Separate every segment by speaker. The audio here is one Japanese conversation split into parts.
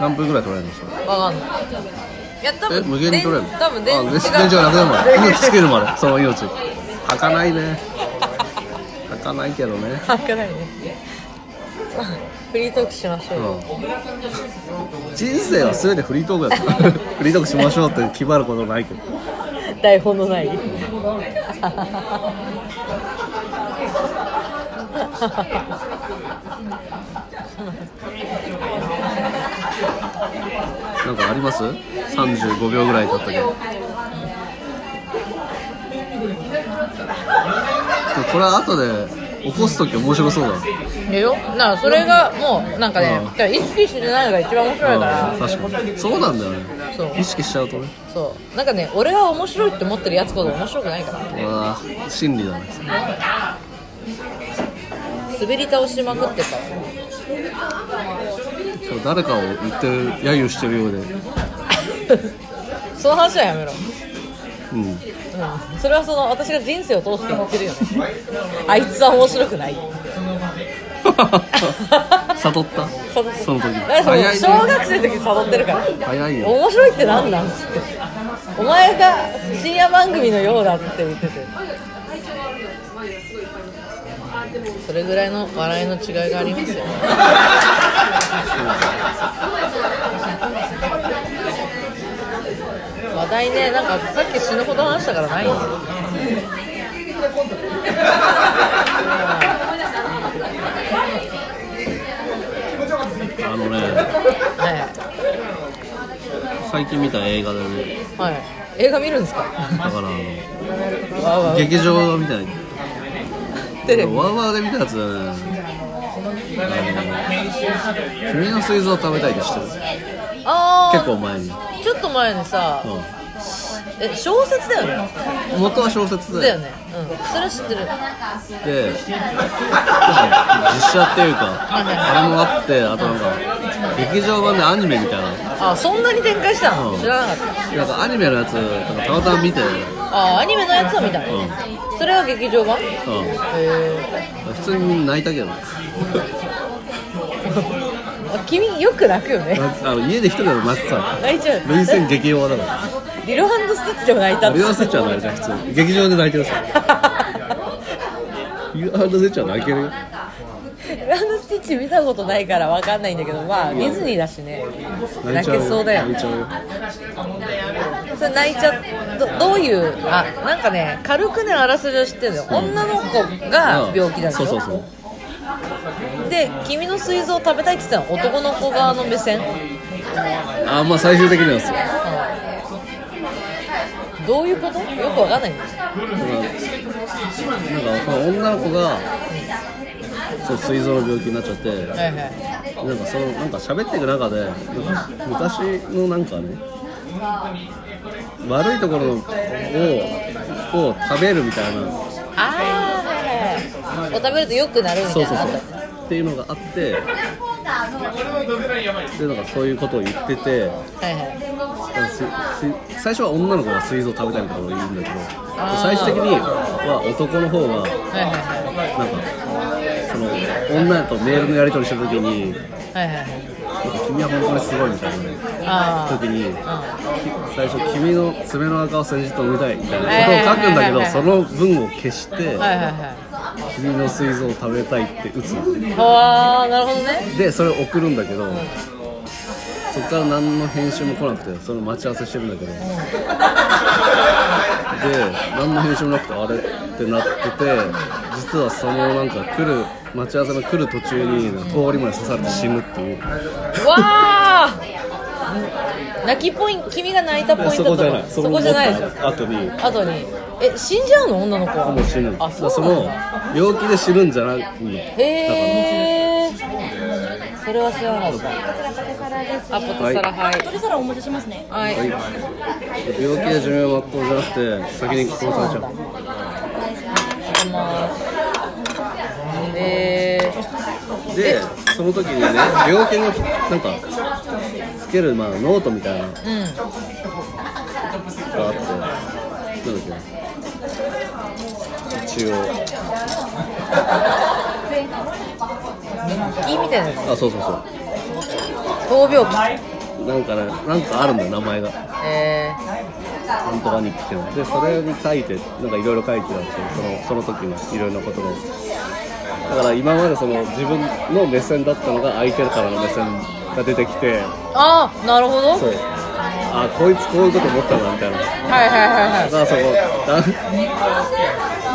Speaker 1: 何分ぐらい取れるんですか
Speaker 2: わかんないいや多
Speaker 1: え
Speaker 2: 分
Speaker 1: 無限に取れる
Speaker 2: 電多分
Speaker 1: 電
Speaker 2: 電池
Speaker 1: 池
Speaker 2: が
Speaker 1: がなくなるま で命尽きるまでその命吐かないね吐かないけどね
Speaker 2: 開かないねまあフリートークしましょうよ、
Speaker 1: うん人生は全てフリートークだから フリートークしましょうって決まることないけど
Speaker 2: 台本のない
Speaker 1: なんかあります35秒ぐらい経ったけどでもこれは後で起こす時面白そうだな
Speaker 2: えよだからそれがもうなんかね、
Speaker 1: うん
Speaker 2: だから意識してないのが一番面白いから、
Speaker 1: うん確かにそうなんだよね
Speaker 2: そう
Speaker 1: 意識しちゃうとね
Speaker 2: そうなんかね俺は面白いって思ってるやつほど面白くないから
Speaker 1: ああ心理だね
Speaker 2: 滑り倒しまくってるからね
Speaker 1: そう誰かを言ってる揶揄してるようで
Speaker 2: その話はやめろ、
Speaker 1: うん
Speaker 2: うん、それはその私が人生を通して言ってる よねあいつは面白くない
Speaker 1: 悟った
Speaker 2: その
Speaker 1: その時
Speaker 2: だからもう
Speaker 1: 早いね
Speaker 2: 小学生の時悟ってるから
Speaker 1: 早いよ
Speaker 2: 面白いって何なんすってお前が深夜番組のようだって言っててそれぐらいの笑いの違いがありますよね話題ねなんかさっき死ぬほど話したからないね
Speaker 1: あのね
Speaker 2: は
Speaker 1: 最近見た映画でね
Speaker 2: い、はい、映画見るんですか
Speaker 1: だからあ
Speaker 2: わうわ
Speaker 1: の
Speaker 2: う
Speaker 1: 劇場みたい
Speaker 2: テレ
Speaker 1: な
Speaker 2: ビ
Speaker 1: ワーワーで見たやつだねあの君の水蔵食べたいって知ってる
Speaker 2: ああ
Speaker 1: 結構前に、
Speaker 2: ちょっと前にさ
Speaker 1: う
Speaker 2: え小説だよね
Speaker 1: ん、元は小説
Speaker 2: だ
Speaker 1: で
Speaker 2: よねうんそれは知ってる
Speaker 1: で実写っていうかあれもあってあとなんか劇場版でアニメみたいな
Speaker 2: あそんなに展開したの、
Speaker 1: うん
Speaker 2: 知らなかった
Speaker 1: なんかアニメのやつなんかたまたま見て、うん、
Speaker 2: あアニメのやつを見たの、それは劇場版へえ
Speaker 1: 普通に泣いたけどね
Speaker 2: 君よく泣くよね
Speaker 1: あの家で一人でも泣いてた
Speaker 2: 泣いちゃう
Speaker 1: 涙腺激弱だか
Speaker 2: リロハンドスティッチでも泣いた
Speaker 1: ら
Speaker 2: っ
Speaker 1: リ
Speaker 2: て
Speaker 1: アルスイッチは泣いた普通に劇場で泣いてるさリアルスイッチは泣けるよ
Speaker 2: リロハンドスティッチ見たことないからわかんないんだけどまあディズニーだしね
Speaker 1: 泣い
Speaker 2: 泣
Speaker 1: ちゃう
Speaker 2: けそうだよ
Speaker 1: 泣いちゃうよ
Speaker 2: それ泣いちゃどどういうあなんかね軽くねあらすじを知ってるのよ、女の子が病気だ
Speaker 1: うん
Speaker 2: でし
Speaker 1: そ
Speaker 2: ょ
Speaker 1: うそうそう
Speaker 2: で君の膵臓を食べたいって言ってたの男の子側の目線
Speaker 1: あまあ最終的にはですよ
Speaker 2: どういうことよくわかんないんです
Speaker 1: なんかその女の子がそう膵臓の病気になっちゃってなんか
Speaker 2: はいはい
Speaker 1: そのなんか喋っていく中でなんか昔のなんかね悪いところをを食べるみたいな
Speaker 2: ああはいはいお食べると良くなるみた
Speaker 1: そう
Speaker 2: い
Speaker 1: そう
Speaker 2: な
Speaker 1: そうっていうのがあってでなんかそういうことを言ってて
Speaker 2: はいはい
Speaker 1: なんかすす最初は女の子が膵臓を食べたいみたいなことを言うんだけど最終的には男の方が
Speaker 2: はいはいはい
Speaker 1: なんかその女とメールのやり取りした時に
Speaker 2: はいはいはい
Speaker 1: なんか君は本当にすごいみたいな
Speaker 2: あ
Speaker 1: 時に
Speaker 2: あ
Speaker 1: き最初君の爪の赤を先日と埋めたいみたいなことを書くんだけどその文を消して
Speaker 2: うんはいはいは
Speaker 1: 君の膵臓を食べたいって打つの。
Speaker 2: いはあなるほどね
Speaker 1: でそれを送るんだけど、そこから何の編集も来なくてその待ち合わせしてるんだけど、で何の編集もなくてあれってなってて実はそのなんか来る待ち合わせの来る途中に通りまで刺されて死ぬっていう
Speaker 2: わあ泣きポイント君が泣いたポイン
Speaker 1: そ
Speaker 2: ト
Speaker 1: ことじゃ
Speaker 2: か
Speaker 1: ない
Speaker 2: そこじゃないでしょ
Speaker 1: あとに
Speaker 2: 後にえ死んじゃうの女の子は
Speaker 1: もう死ぬ
Speaker 2: あ
Speaker 1: だから
Speaker 2: そ
Speaker 1: そう
Speaker 2: なん
Speaker 1: の
Speaker 2: だ
Speaker 1: 病気で死ぬんじゃないの
Speaker 2: へえそれは知らなかったあポテサラはい
Speaker 3: それさらお持ちしますね。
Speaker 2: はい、
Speaker 1: だからはい病気で寿命を全うじゃなくて先に殺されちゃう
Speaker 2: いますえ
Speaker 1: でその時にね両手のなんかつけるまあノートみたいなのが
Speaker 2: ー、うん
Speaker 1: あってなんだっけ一応
Speaker 2: いいみたいなや
Speaker 1: あそうそうそう
Speaker 2: つ闘病期
Speaker 1: なんかねなんかあるんだよ名前が
Speaker 2: え
Speaker 1: なんとか日記っていうのでそれに書いてなんかいろいろ書いてたんですよそのその時のいろいろなことをだから今までその自分の目線だったのが相手からの目線が出てきて
Speaker 2: ー、ああなるほど
Speaker 1: そうあこいつこういうこと思ったんだみたいな
Speaker 2: はいはいはいは
Speaker 1: だ
Speaker 2: い
Speaker 1: からそこだ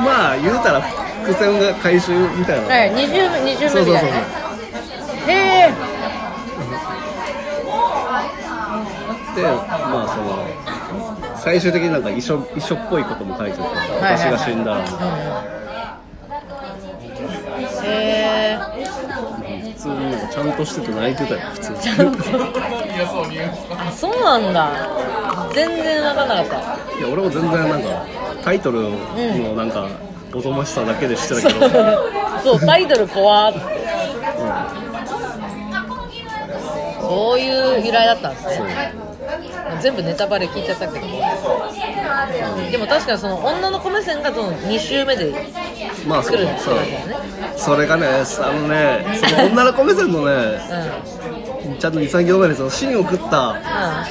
Speaker 1: まあ言うたら伏線が回収みたいな、
Speaker 2: はい、二十目二十
Speaker 1: そ
Speaker 2: 目
Speaker 1: う
Speaker 2: み
Speaker 1: そう
Speaker 2: た
Speaker 1: そう
Speaker 2: いなね。へえ。
Speaker 1: でまあその最終的になんか遺書遺書っぽいことも書いてて、
Speaker 2: いはい
Speaker 1: 私が死んだら
Speaker 2: うんへえ。
Speaker 1: 普通になんかちゃんとしてて泣いてたよ普通に
Speaker 2: ち ゃんと。あ、そうなんだ。全然わかんなかった。
Speaker 1: いや俺も全然なんかタイトルのなんか、おとましさだけでしてたけ ど、うん
Speaker 2: そう、タイトル怖っ。そういう由来だったんです
Speaker 1: そう
Speaker 2: ね。全部ネタバレ聞いちゃったけど。でも確かにその女の子目線がその二週目で
Speaker 1: まあそ
Speaker 2: 来
Speaker 1: う
Speaker 2: る
Speaker 1: そ
Speaker 2: って
Speaker 1: う
Speaker 2: ことだよね。
Speaker 1: それがねあのねその女の子目線のね
Speaker 2: うん。
Speaker 1: ちゃんと23行目にその芯を食った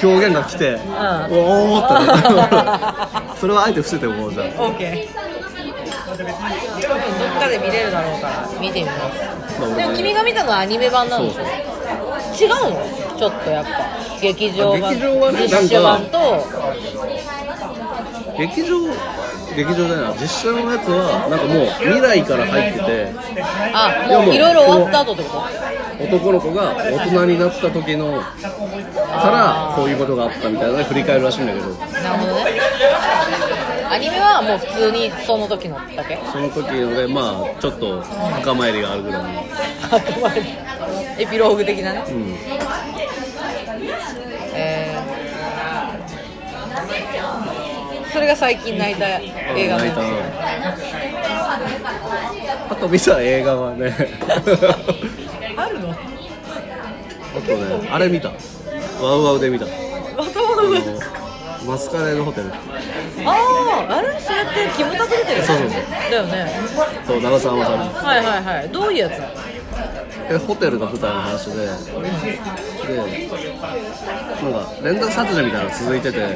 Speaker 1: 表現が来て、
Speaker 2: ん
Speaker 1: おおって なるそれはあえて伏せておこうじゃん
Speaker 2: オーケー。多分どっかで見れるだろうから見てみます。
Speaker 1: まあ俺もね
Speaker 2: でも君が見たのはアニメ版なんでしょ。違うの？ちょっとやっぱ劇場
Speaker 1: あ
Speaker 2: 版、
Speaker 1: 劇場はね
Speaker 2: 実写版と
Speaker 1: 劇場劇場じゃないな実写のやつはなんかもう未来から入って
Speaker 2: あ
Speaker 1: でも
Speaker 2: もういろいろ終わった後ってこと？
Speaker 1: て男の子が大人になった時のからこういうことがあったみたいなので振り返るらしいんだけど
Speaker 2: なるほどね。アニメはもう普通にその時のだけ。
Speaker 1: その時のでまあちょっと墓参りがあるぐらいの
Speaker 2: あくまでエピローグ的なね。
Speaker 1: うん
Speaker 2: えーそれが最近泣いた映画
Speaker 1: 泣いたなあと見た映画は ね
Speaker 2: あるの？
Speaker 1: あとね、あれ見た。ワウワウで見た。あ
Speaker 2: 頭が
Speaker 1: の、マスカレードホテル。
Speaker 2: あああれそれってキムタク出てる
Speaker 1: そうそうそう
Speaker 2: だよね
Speaker 1: そう、長澤まさ
Speaker 2: はいはいはいどういうやつ
Speaker 1: み。で、ホテルが舞台の話で。で、なんか、連続殺人みたいなのが続いてて。で、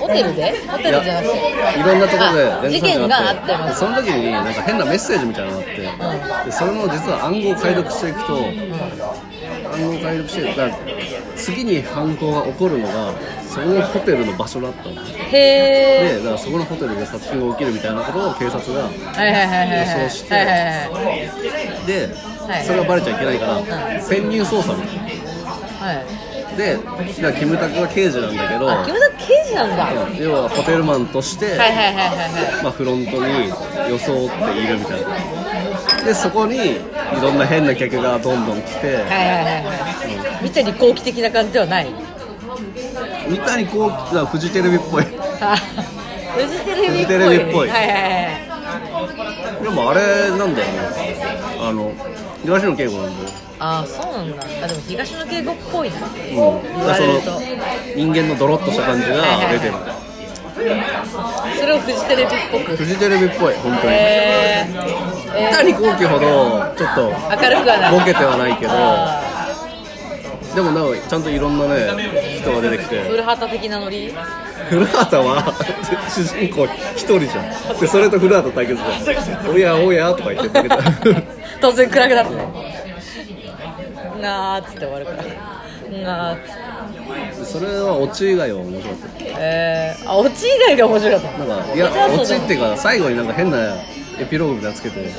Speaker 2: ホテルでホテルじゃなくて
Speaker 1: いろんなところ
Speaker 2: あ
Speaker 1: で連鎖
Speaker 2: 事件があ
Speaker 1: っ
Speaker 2: っ
Speaker 1: て
Speaker 2: ます
Speaker 1: その時になんか変なメッセージみたいなのがあって、でそれの実は暗号を解読していくと、暗号を解読してだから次に犯行が起こるのがそのホテルの場所だったので
Speaker 2: へえ
Speaker 1: だからそこのホテルで殺人が起きるみたいなことを警察が
Speaker 2: はいはいはいはいはい
Speaker 1: 予想して
Speaker 2: はいはいはい
Speaker 1: で、
Speaker 2: い
Speaker 1: それがバレちゃいけないから潜入捜査みたい
Speaker 2: はい
Speaker 1: なでだからキムタクは刑事なんだけど
Speaker 2: あキムタク刑事なんだはい
Speaker 1: うん要はホテルマンとして、
Speaker 2: はいはいはいはい
Speaker 1: まあ、フロントに装っているみたいなでそこにいろんな変な客がどんどん来て
Speaker 2: はいはいはいはい見たり好奇的な感じではない
Speaker 1: 三谷幸喜がフジテレビっぽい
Speaker 2: あフジテレビっぽい
Speaker 1: フジテレビっぽい
Speaker 2: はいはいはい
Speaker 1: でもあれなんだよねあの東野圭吾なんだよ
Speaker 2: ああそうなんだあでも東野敬吾っぽいな
Speaker 1: うん、
Speaker 2: 言われると
Speaker 1: 人間のドロッとした感じが出てる
Speaker 2: それをフジテレビっぽく
Speaker 1: フジテレビっぽい本当に
Speaker 2: えーえ
Speaker 1: 三
Speaker 2: ー
Speaker 1: 谷幸喜ほどちょっと
Speaker 2: 明るくはない
Speaker 1: ボケてはないけど
Speaker 2: あ
Speaker 1: でもなおちゃんといろんなね人が出てき
Speaker 2: ー
Speaker 1: て
Speaker 2: 古畑的なノリ
Speaker 1: 古畑は 主人公一人じゃんでそれと古畑対決じゃん「おやおや」とか言って ボケた
Speaker 2: 突然暗くなってねなーっつって終わるからなーっつって
Speaker 1: それはオチ以外は面白かっ
Speaker 2: えー、あオチ以外が面白かったた
Speaker 1: なんかい
Speaker 2: じゃあ
Speaker 1: や
Speaker 2: そうだ
Speaker 1: オチ っていうか最後になんか変なエピローグみたいなのつけて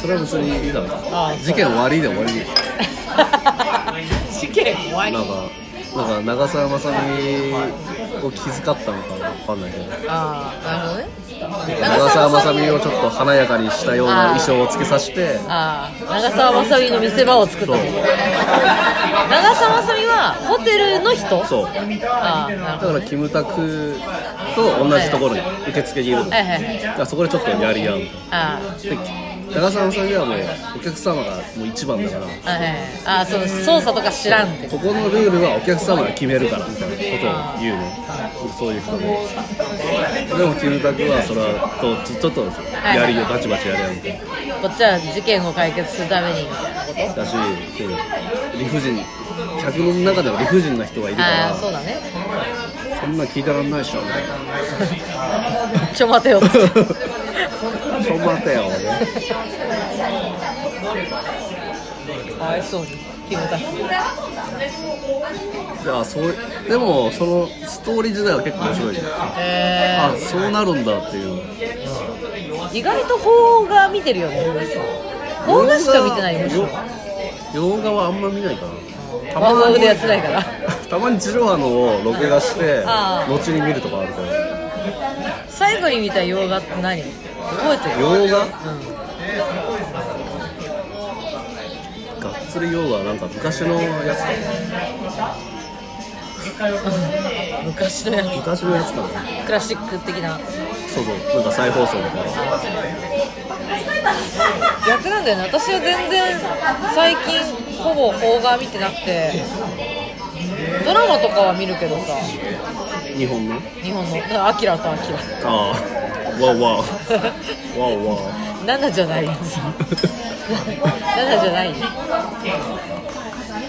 Speaker 1: それは別にいいだろ
Speaker 2: あ
Speaker 1: う事件終わりで終わり
Speaker 2: 試験終わり
Speaker 1: なんかなんか長澤まさみを気遣ったのか分かんないけど
Speaker 2: ああなるほどね
Speaker 1: 長澤まさみをちょっと華やかにしたような衣装をつけさせて
Speaker 2: ああ長澤まさみの見せ場を作った
Speaker 1: そう
Speaker 2: の長澤まさみはホテルの人
Speaker 1: そう
Speaker 2: ああなる
Speaker 1: だ
Speaker 2: ほど
Speaker 1: からキムタクと同じところに受付にいるの、
Speaker 2: はいはいはい
Speaker 1: だからそこでちょっとやり合うみたい
Speaker 2: あ
Speaker 1: なで長澤まさみはもうお客様がもう一番だから
Speaker 2: あはいはいああその操作とか知らんって
Speaker 1: ここのルールはお客様が決めるからみたいなことを言うのそういう人ででもキムタクはそれはとちょっとやりをバチバチやり合うみたいな
Speaker 2: こっちは事件を解決するためにみたいなここと
Speaker 1: だし、うん理不尽客の中では理不尽な人がいるか
Speaker 2: あ
Speaker 1: ら
Speaker 2: あそうだね
Speaker 1: そんなん聞いてらんないでしょみたいな
Speaker 2: ちょ待てよって
Speaker 1: ちょ待てよね
Speaker 2: かわいそうにキムタク
Speaker 1: じゃあそうでもそのストーリー自体は結構面白いね
Speaker 2: え
Speaker 1: あそうなるんだっていう
Speaker 2: ー、意外と邦画見てるよね邦画しか見てないよむしろ
Speaker 1: 洋画はあんま見ないかなた
Speaker 2: ワンワ
Speaker 1: ま
Speaker 2: グ
Speaker 1: に
Speaker 2: でやってないから
Speaker 1: たまに地上波のを録画して
Speaker 2: ああ
Speaker 1: 後に見るとかあるから
Speaker 2: 最後に見た洋画って何覚えてる
Speaker 1: 洋画
Speaker 2: うん
Speaker 1: がっつり洋画はなんか昔のやつか
Speaker 2: 昔のや
Speaker 1: な昔のやつかな
Speaker 2: つクラシック的な
Speaker 1: そうそうなんか再放送みたいな
Speaker 2: 逆なんだよね私は全然最近ほぼ邦画見てなくてドラマとかは見るけどさ
Speaker 1: 日本の
Speaker 2: 日本のだからアキラとアキラ
Speaker 1: ああわおわおわおわお
Speaker 2: 7じゃないやつ7じゃない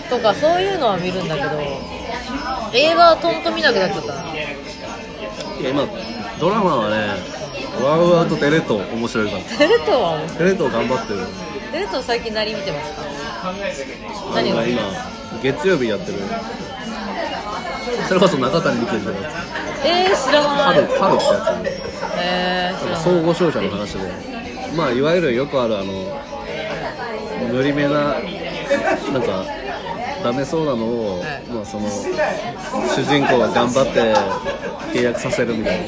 Speaker 2: とかそういうのは見るんだけど映画はとんと見なくなっちゃったない
Speaker 1: や今ドラマはねワウワウとテレ東面白いから
Speaker 2: テレ東は
Speaker 1: テレ東頑張ってる
Speaker 2: テレ東最近何見てますか
Speaker 1: なん
Speaker 2: 何を
Speaker 1: か今月曜日やってるそれこそ中谷美紀のやつ
Speaker 2: えー、知ら
Speaker 1: ハ
Speaker 2: な
Speaker 1: ル
Speaker 2: い
Speaker 1: ハルってや
Speaker 2: えー、知
Speaker 1: つなんか
Speaker 2: らない
Speaker 1: 総合商社の話でまあいわゆるよくあるあの無理めななんかダメそうなのを、
Speaker 2: はい
Speaker 1: まあ、その主人公が頑張って契約させるみたいな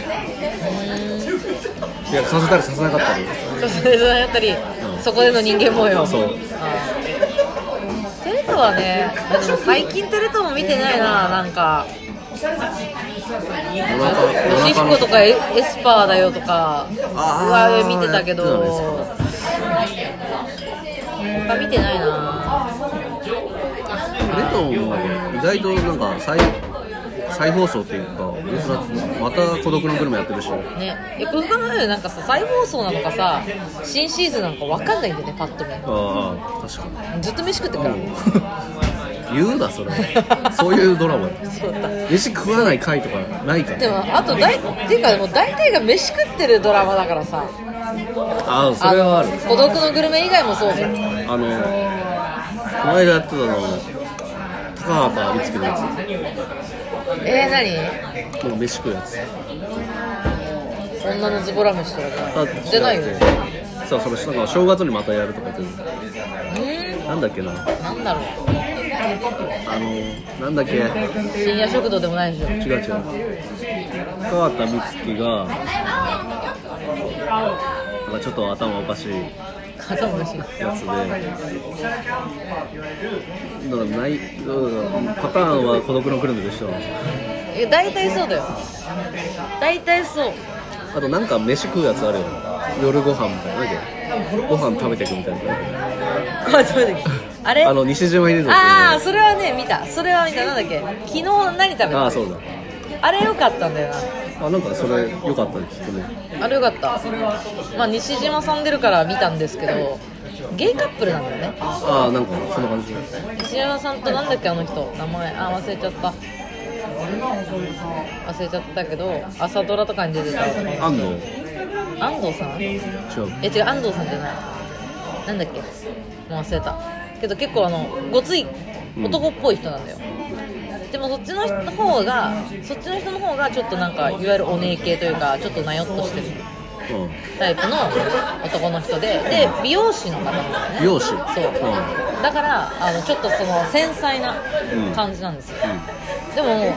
Speaker 1: 契約させたりさせなかったり
Speaker 2: そうそれだったり、
Speaker 1: うん
Speaker 2: そこでの人間模様
Speaker 1: そう
Speaker 2: あーテレ東はねでも最近テレ東も見てないななんか
Speaker 1: お
Speaker 2: 「ヨ
Speaker 1: 腹お
Speaker 2: シヒ
Speaker 1: 腹
Speaker 2: コ」
Speaker 1: の
Speaker 2: とか「エエスパーだよ」とかうわ
Speaker 1: あー
Speaker 2: 見てたけど
Speaker 1: やって
Speaker 2: 他見てないな
Speaker 1: レトンも意外となんか再再放送っていうかまた孤独のグルメやってるし
Speaker 2: ねえこの考えるなんかさ再放送なのかさ新シーズンなのか分かんないんだよねパッと見
Speaker 1: ああ確か
Speaker 2: ずっと飯食ってるから、
Speaker 1: に言うなそれそういうドラマ
Speaker 2: そうだ
Speaker 1: 飯食わない回とかないか
Speaker 2: で
Speaker 1: ら
Speaker 2: もあと大っていうかもう大体が飯食ってるドラマだからさ
Speaker 1: ああそれはある
Speaker 2: の孤独のグルメ以外もそうじゃん
Speaker 1: あのこの間やってたの高畑充希のやつなん
Speaker 2: えー、何
Speaker 1: か飯食うやつ
Speaker 2: 女のズボラ飯とか
Speaker 1: あ
Speaker 2: じゃないよ
Speaker 1: 違う
Speaker 2: ね
Speaker 1: 違うそうそれなんか正月にまたやるとか言ってる
Speaker 2: う
Speaker 1: なんだっけな
Speaker 2: ーんなんだろう
Speaker 1: あのなんだっけ
Speaker 2: 深夜食堂でもないでしょ
Speaker 1: 違う違う川田美月がなんかちょっと頭おかしい
Speaker 2: 肩もらしい
Speaker 1: やつでだからないうんパターンは孤独のグルメでしょ
Speaker 2: え大体そうだよ大体そう
Speaker 1: あとなんか飯食うやつあるよ夜ご飯みたいななんだっけご飯食べてくみたいな
Speaker 2: ごめんごめんあれ
Speaker 1: あの西島秀人
Speaker 2: ああ
Speaker 1: あ
Speaker 2: それはね見たそれは見たなんだっけ昨日何食べた
Speaker 1: あ
Speaker 2: あ
Speaker 1: ーそうだ
Speaker 2: れ良かったんだよ
Speaker 1: あなんかそれ良かったですね
Speaker 2: なあれ良かったまあ西島さん出るから見たんですけどゲイカップルなんだよね
Speaker 1: ああなんかそんな感じ
Speaker 2: 西山さんとなんだっけあの人名前あ忘れちゃった忘れちゃったけど朝ドラとかに出てた
Speaker 1: 安藤
Speaker 2: 安藤さんえ
Speaker 1: 違う
Speaker 2: 違う安藤さんじゃないなんだっけもう忘れたけど結構あのごつい男っぽい人なんだよ、でもそっちの人の方がそっちの人の方がちょっとなんかいわゆるお姉系というかちょっとなよっとしてる
Speaker 1: うん
Speaker 2: タイプの男の人でで美容師の方なんだよね
Speaker 1: 美容師うん
Speaker 2: そうだからあのちょっとその繊細な感じなんですよ、
Speaker 1: うん
Speaker 2: でも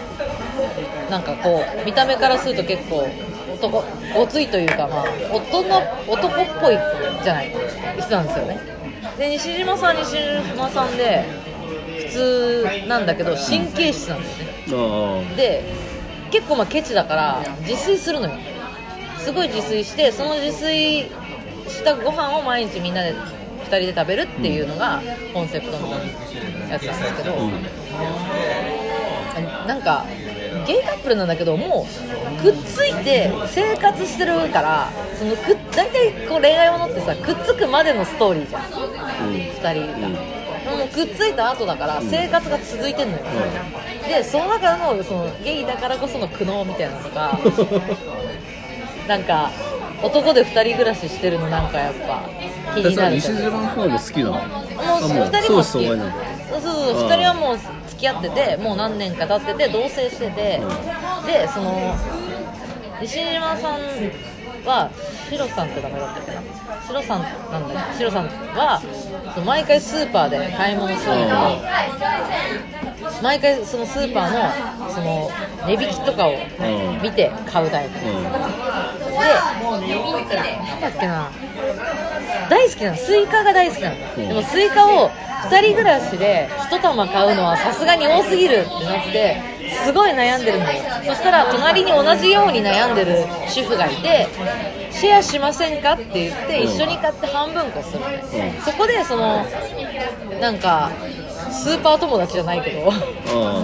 Speaker 2: なんかこう見た目からすると結構男ごついというかまあ大人男っぽいじゃない人なんですよねで西島さんは西島さんで普通なんだけど神経質なんだよね
Speaker 1: あ
Speaker 2: で結構まあケチだから自炊するのよすごい自炊してその自炊したご飯を毎日みんなで2人で食べるっていうのがコンセプトのやつなんですけど、
Speaker 1: あうん
Speaker 2: なんかゲイカップルなんだけどもうくっついて生活してるからそのくっ大体こう恋愛ものってさくっつくまでのストーリーじゃん
Speaker 1: うん
Speaker 2: 2人が、
Speaker 1: うん
Speaker 2: もうくっついた後だから生活が続いてんのよ、でその中のそのゲイだからこその苦悩みたいなのがなんか男で2人暮らししてるのなんかやっぱ気
Speaker 1: で
Speaker 2: に
Speaker 1: それ
Speaker 2: なる
Speaker 1: 西島の方も好きなの
Speaker 2: もう
Speaker 1: あ
Speaker 2: 2人も好
Speaker 1: そ
Speaker 2: きそうう
Speaker 1: です
Speaker 2: そ
Speaker 1: そう
Speaker 2: う
Speaker 1: なの
Speaker 2: そ
Speaker 1: う
Speaker 2: う
Speaker 1: ん
Speaker 2: 2人はもう付き合っててもう何年か経ってて同棲しててでその西島さんはシロさんって名前だったっけなシロさんなんだよシロさんはその毎回スーパーで買い物するのに毎回そのスーパーのその値引きとかを
Speaker 1: ん
Speaker 2: 見て買うタイプ
Speaker 1: うん
Speaker 2: で、なんだっけな、大好きなの、スイカが大好きなの、
Speaker 1: うん
Speaker 2: でもスイカを2人暮らしで1玉買うのはさすがに多すぎるってなって、すごい悩んでるのよ、そしたら隣に同じように悩んでる主婦がいて、シェアしませんかって言って、
Speaker 1: うん
Speaker 2: 一緒に買って半分こするのよ、
Speaker 1: う
Speaker 2: そこでその、なんか、スーパー友達じゃないけど。
Speaker 1: うん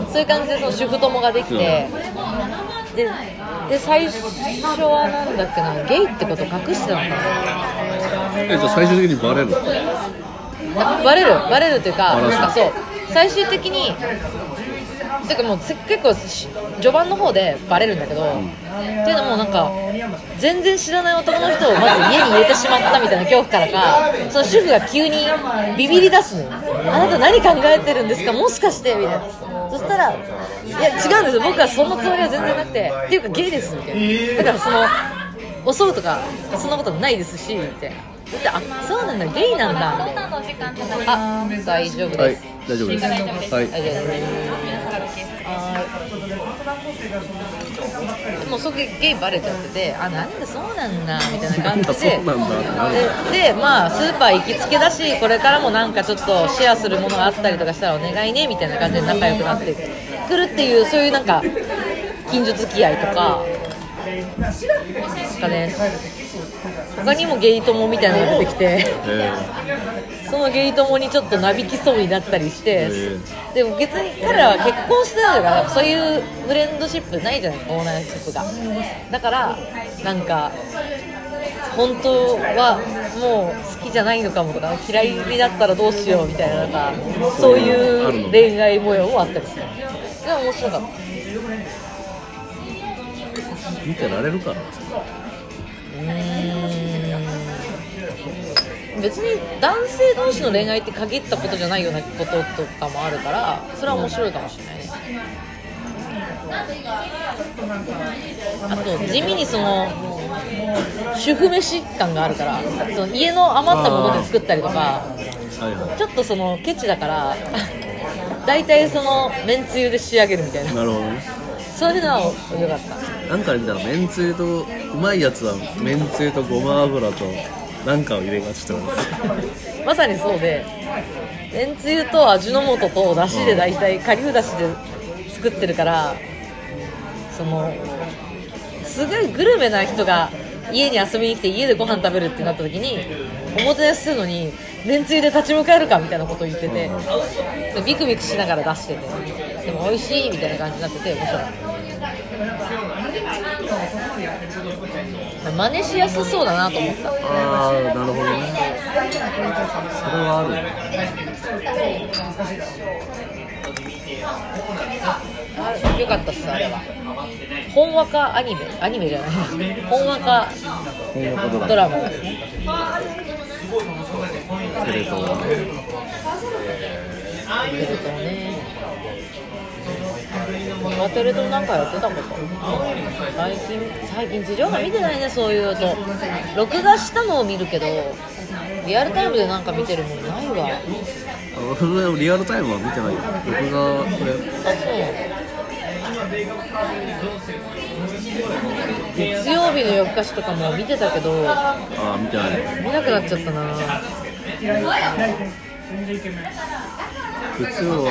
Speaker 2: そういう感じでその主婦友ができて、でで最初はなんだっけなゲイってこと隠してたのか
Speaker 1: えじゃあ最終的にバレるの
Speaker 2: なあバレるバレるというか
Speaker 1: バラす
Speaker 2: なんかそう最終的にてかもうせ結構し序盤の方でバレるんだけど、っていうのもなんか全然知らない男の人をまず家に入れてしまったみたいな恐怖からかその主婦が急にビビり出すのよあなた何考えてるんですかもしかしてみたいなそしたら「いや違うんですよ僕はそんなつもりは全然なくて」っていうかゲイですみたいなだからその襲うとかそんなことないですしみたいなだってあそうなんだゲイなんだみたいなあ大丈夫
Speaker 1: は
Speaker 2: で
Speaker 1: い
Speaker 2: す、
Speaker 1: 大丈夫ですはい
Speaker 2: 大丈夫ですはいでもそれゲイバレちゃっててあなんでそうなんだみたいな感じで
Speaker 1: そうなんだってなる
Speaker 2: ででまあスーパー行きつけだしこれからもなんかちょっとシェアするものがあったりとかしたらお願いねみたいな感じで仲良くなってくるっていうそういうなんか近所付き合いとかですかね他にもゲイ友みたいなのが出てきて
Speaker 1: え
Speaker 2: そのゲイ友にちょっとなびきそうになったりして、
Speaker 1: え
Speaker 2: でも別に彼らは結婚してないからそういうフレンドシップないじゃないですかオーナーシップがだからなんか本当はもう好きじゃないのかもとか嫌いになったらどうしようみたいななんかそういう恋愛模様もあったりするでも面白かった
Speaker 1: 見てられるかな
Speaker 2: 別に男性同士の恋愛って限ったことじゃないようなこととかもあるからそれは面白いかもしれないねあと地味にその主婦飯感があるからその家の余ったもので作ったりとか
Speaker 1: はいは
Speaker 2: ちょっとそのケチだから大体そのめんつゆで仕上げるみたいない
Speaker 1: なるほどね
Speaker 2: そういうのは良かった
Speaker 1: なんかで見たらめんつゆとうまいやつはめんつゆとごま油となんかを入れがちってことです
Speaker 2: まさにそうでめんつゆと味の素とだしで大体顆粒だしで作ってるからそのすごいグルメな人が家に遊びに来て家でご飯食べるってなった時におもてなしするのにめんつゆで立ち向かえるかみたいなことを言っててでビクビクしながら出しててでも美味しいみたいな感じになってて面白かった真似しやすそうだなと思った
Speaker 1: ああなるほどねそれはあるね
Speaker 2: あよかったっすあれは本話かアニメアニメじゃない本話か
Speaker 1: こんなことだ
Speaker 2: ドラマ
Speaker 1: テレ東は
Speaker 2: 見るとねバトルとなんかやってたこと最近最近地上波見てないねそういうと録画したのを見るけどリアルタイムでなんか見てるもんないわあ
Speaker 1: 俺はリアルタイムは見てないよ僕がこれ
Speaker 2: そう月曜日の夜更かしとかも見てたけど
Speaker 1: ああ見てない
Speaker 2: 見なくなっちゃったな
Speaker 1: 月曜は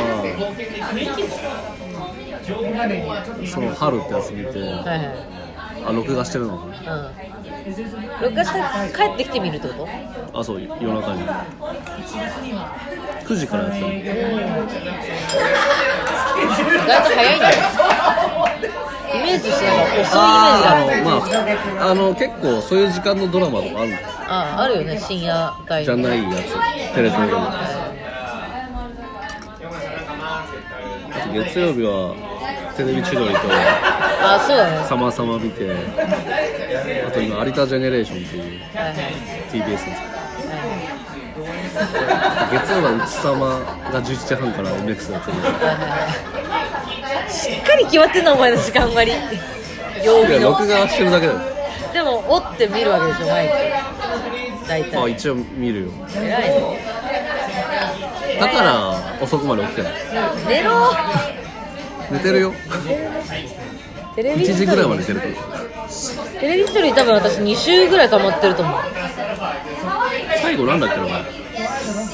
Speaker 1: その春ってやつ見て
Speaker 2: はいはい
Speaker 1: あ録画してるの
Speaker 2: うん録画して帰ってきてみるってこと
Speaker 1: あそう夜中に9時からやってる
Speaker 2: 意外と早いんだよイメージしながら遅いイメージがある
Speaker 1: あのまああの結構そういう時間のドラマとかあるの
Speaker 2: ああるよね深夜帯
Speaker 1: じゃないやつテレ東でもあと月曜日はテレビ千鳥と
Speaker 2: あそうだね
Speaker 1: 「さまさま」見てあと今「有田ジェネレーション」っていう
Speaker 2: はいはい
Speaker 1: TBS です月曜は「うちさま」が11時半から MX やってる
Speaker 2: はいしっかり決まってんなお前の時間割曜
Speaker 1: い や
Speaker 2: 日の
Speaker 1: 録画してるだけだよ
Speaker 2: でも折って見るわけでしょ毎日大
Speaker 1: あ
Speaker 2: 体
Speaker 1: 一応見るよ
Speaker 2: 偉いね
Speaker 1: だから遅くまで起きてない
Speaker 2: 寝ろ
Speaker 1: 寝てる よ
Speaker 2: テレビ
Speaker 1: 1
Speaker 2: 一
Speaker 1: 時
Speaker 2: 人
Speaker 1: ぐらいまで寝てるから
Speaker 2: テレビ一人多分私2週ぐらい溜まってると思う
Speaker 1: 最後なんだっけなお前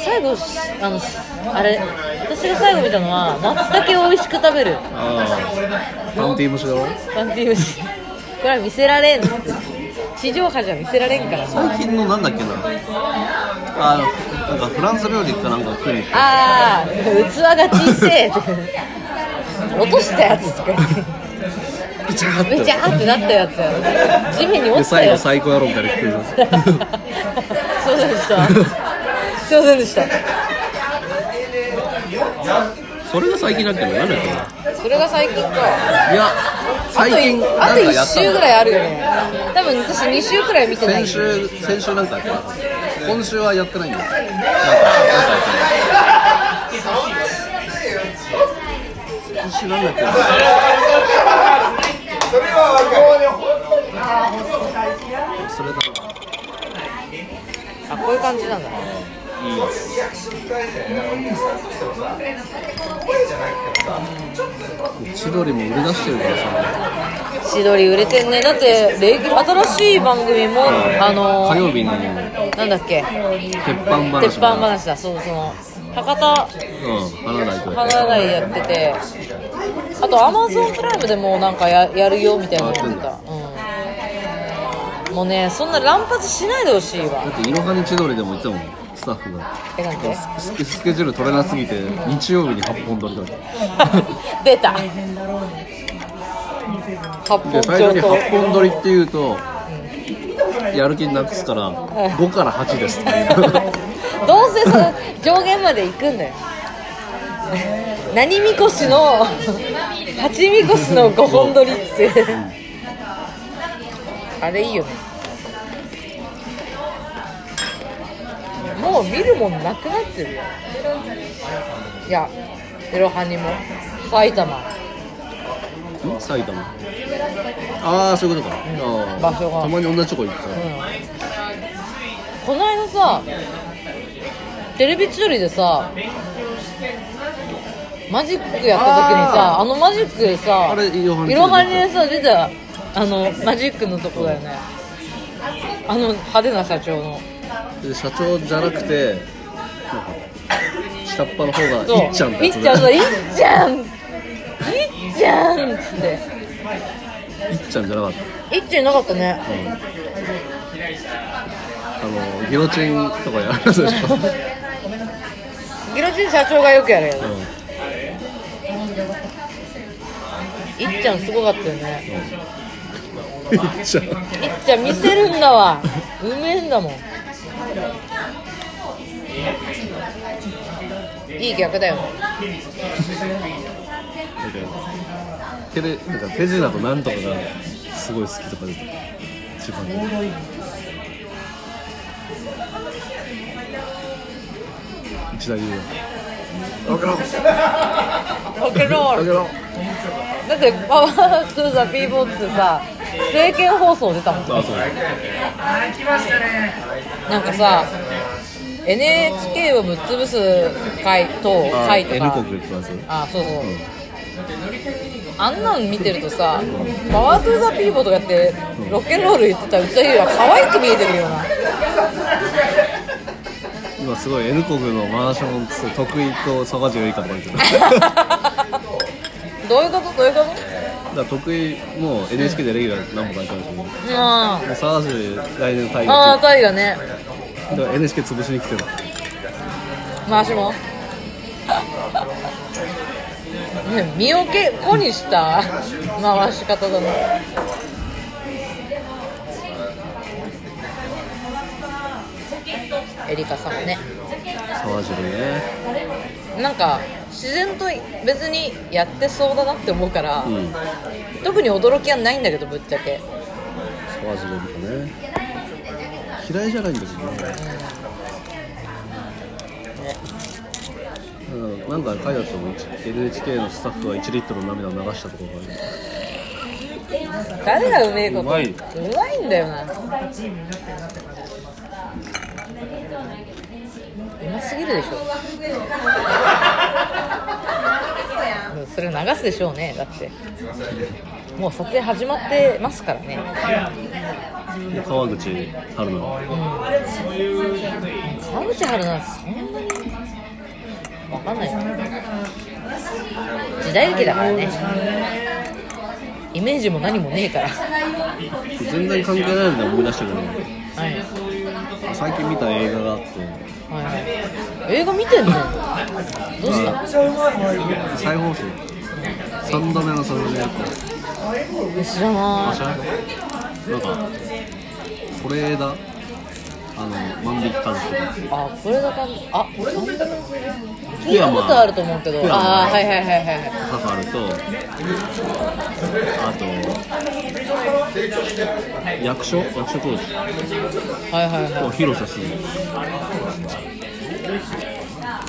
Speaker 2: 最後しあのしあれ私が最後見たのは松茸を美味しく食べる
Speaker 1: ああパンティー虫だろ
Speaker 2: パンティー虫これは見せられん地上波じゃ見せられんから
Speaker 1: 最近のなんだっけなあーなんかフランス料理かなんか食いに行って
Speaker 2: ああ器が小せえって落としたやつとか言って
Speaker 1: ぐちゃーっ
Speaker 2: めちゃーってなったやつやろ地面に落
Speaker 1: で
Speaker 2: ちた
Speaker 1: 最後
Speaker 2: やつ
Speaker 1: 最高やろみたいな食い
Speaker 2: すいま
Speaker 1: ます
Speaker 2: せんでしたすいませんでした
Speaker 1: それが最近だっけななんだっけな
Speaker 2: それが最近か
Speaker 1: いや
Speaker 2: あ
Speaker 1: 最
Speaker 2: と
Speaker 1: 近なん
Speaker 2: あ
Speaker 1: か
Speaker 2: と
Speaker 1: や
Speaker 2: 1
Speaker 1: った
Speaker 2: 週ぐ
Speaker 1: の
Speaker 2: らいあるよね多分私2週くらい見てない
Speaker 1: 先週先週なんかやった今週はやってないんだよなんかなんかやってない今週なんだっけな
Speaker 3: それは分かる
Speaker 1: それだ
Speaker 2: あこういう感じなんだ
Speaker 1: いいやつ千鳥も売り出してるからさ
Speaker 2: 千鳥売れてんねだってレギュ新しい番組もあの
Speaker 1: 火曜日の
Speaker 2: なんだっけ
Speaker 1: 鉄板話も
Speaker 2: 鉄板話だそうその博
Speaker 1: う
Speaker 2: 多
Speaker 1: ん花大と
Speaker 2: 花台やっててあとアマゾンプライムでもうなんかややるよみたいなの言ってた、うん、もうねそんな乱発しないでほしい
Speaker 1: だ
Speaker 2: わ
Speaker 1: っていろはに千鳥でも言ってたもんスタッフが
Speaker 2: えなん て
Speaker 1: スケスケジュール取れなすぎて日曜日に8本撮りだ
Speaker 2: 出た八
Speaker 1: で
Speaker 2: 本
Speaker 1: 最初に
Speaker 2: 町と
Speaker 1: 8本撮りって言うとやる気なくすから5から8ですって言う
Speaker 2: どうせその上限まで行くんだよ何みこしの八みこしの5本撮りってあれいいよねもう見るもんなくなってるよいやエロハニも埼玉
Speaker 1: ん埼玉ああそういうことか、あー
Speaker 2: 場所が
Speaker 1: たまに同じとこ行くか
Speaker 2: う
Speaker 1: ら
Speaker 2: んこの間さテレビ千鳥でさマジックやった時にさあのマジックでさ
Speaker 1: あれイロハニ
Speaker 2: いろはにでさ出たあのマジックのとこだよねあの派手な社長の
Speaker 1: で社長じゃなくてなんか下っ端の方
Speaker 2: そう
Speaker 1: がいっちゃんって
Speaker 2: い
Speaker 1: や
Speaker 2: っ
Speaker 1: つ
Speaker 2: ちゃん
Speaker 1: だ
Speaker 2: そう
Speaker 1: ね
Speaker 2: いっちゃんいっちゃ
Speaker 1: いっちゃん
Speaker 2: んっつって
Speaker 1: じゃなかった
Speaker 2: いっちゃんいなかったね
Speaker 1: あのギロチンとかやるやつでしょ、
Speaker 2: ギロチン社長がよくやるやつ
Speaker 1: うん
Speaker 2: いっちゃんすごかったよね
Speaker 1: いっちゃん
Speaker 2: いっちゃん見せるんだわうめえんだもんいい逆だよ
Speaker 1: テレなんか手品となんとかがすごい好きとか出て自分で一大優だ分からん
Speaker 2: ロケロー
Speaker 1: か
Speaker 2: ル
Speaker 1: らん
Speaker 2: だってパワートゥーザピーボーってさ政見放送出たもん
Speaker 1: あそう
Speaker 2: なんかさ NHK をぶっ潰す回と
Speaker 1: あ
Speaker 2: 回と
Speaker 1: N
Speaker 2: か
Speaker 1: 国行きます
Speaker 2: あそうそう、あんなん見てるとさパワートゥーザピーボーとかやってロッケンロール言ってたうちの家は可愛く見えてるような
Speaker 1: 今すごい N 国のマーションつって徳井と坂地由里香とかいてるだか
Speaker 2: どういうことどういうこと
Speaker 1: ら徳井もう NHK でレギュラー何本かやってるしも
Speaker 2: あ
Speaker 1: う坂地来年大
Speaker 2: ーあー
Speaker 1: 河
Speaker 2: タイがね
Speaker 1: だから NHK 潰しに来てる
Speaker 2: 回しもね身をけこにした回し方だなエリカさんもね
Speaker 1: 沢尻ね
Speaker 2: なんか自然と別にやってそうだなって思うから、
Speaker 1: うん
Speaker 2: 特に驚きはないんだけどぶっちゃけ
Speaker 1: 沢尻とね嫌いじゃないんだけどね
Speaker 2: ね
Speaker 1: うんなんか書いてあったもん NHK のスタッフは1リットルの涙を流したところがある
Speaker 2: 誰がうめえこと
Speaker 1: うまいう
Speaker 2: まいんだよなうますぎる でしょうんそれ流すでしょうねだってもう撮影始まってますからね
Speaker 1: 川口春奈
Speaker 2: 川口春奈そんなにわかんないよ時代劇だからねイメージも何もねえから、
Speaker 1: 全然関係ないので思い出してくる
Speaker 2: はい
Speaker 1: 最近見た映画があって
Speaker 2: はいはい、映画見てんのどうした、
Speaker 1: 再放送3度目の再放送やった
Speaker 2: 知らな
Speaker 1: あ知らないなんか是枝あの万引き家族
Speaker 2: いあこれだかあ聞
Speaker 1: 福
Speaker 2: いた
Speaker 1: 山
Speaker 2: ことあると思うけど
Speaker 1: 福山
Speaker 2: あーはいはいはいはい
Speaker 1: 母あるとあと役所役所当時
Speaker 2: はいはいは
Speaker 1: 広瀬すず
Speaker 2: い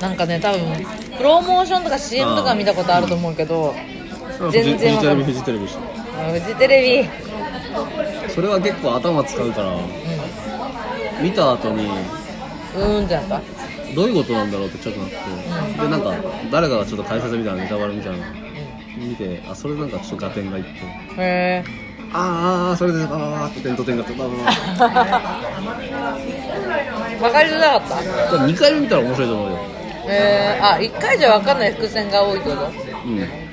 Speaker 2: なんかね多分プロモーションとか CM とか見たことあると思うけど全然わ
Speaker 1: フジテ
Speaker 2: か
Speaker 1: レビフジテレ
Speaker 2: んない
Speaker 1: ビして
Speaker 2: あフジテレビ
Speaker 1: それは結構頭使うから見た後に
Speaker 2: うんうーんじゃんか
Speaker 1: どういうことなんだろうってちょっとなってでなんか誰かがちょっと解説みたいなネタバレみたいなの見てあそれなんかちょっと合点がいって
Speaker 2: へえ
Speaker 1: あーあーあーそれでババババって点と点がつババババ
Speaker 2: わかりづらかったへ
Speaker 1: だから2回目見たら面白いと思うよ
Speaker 2: えあ一回じゃわかんない伏線が多いけどへ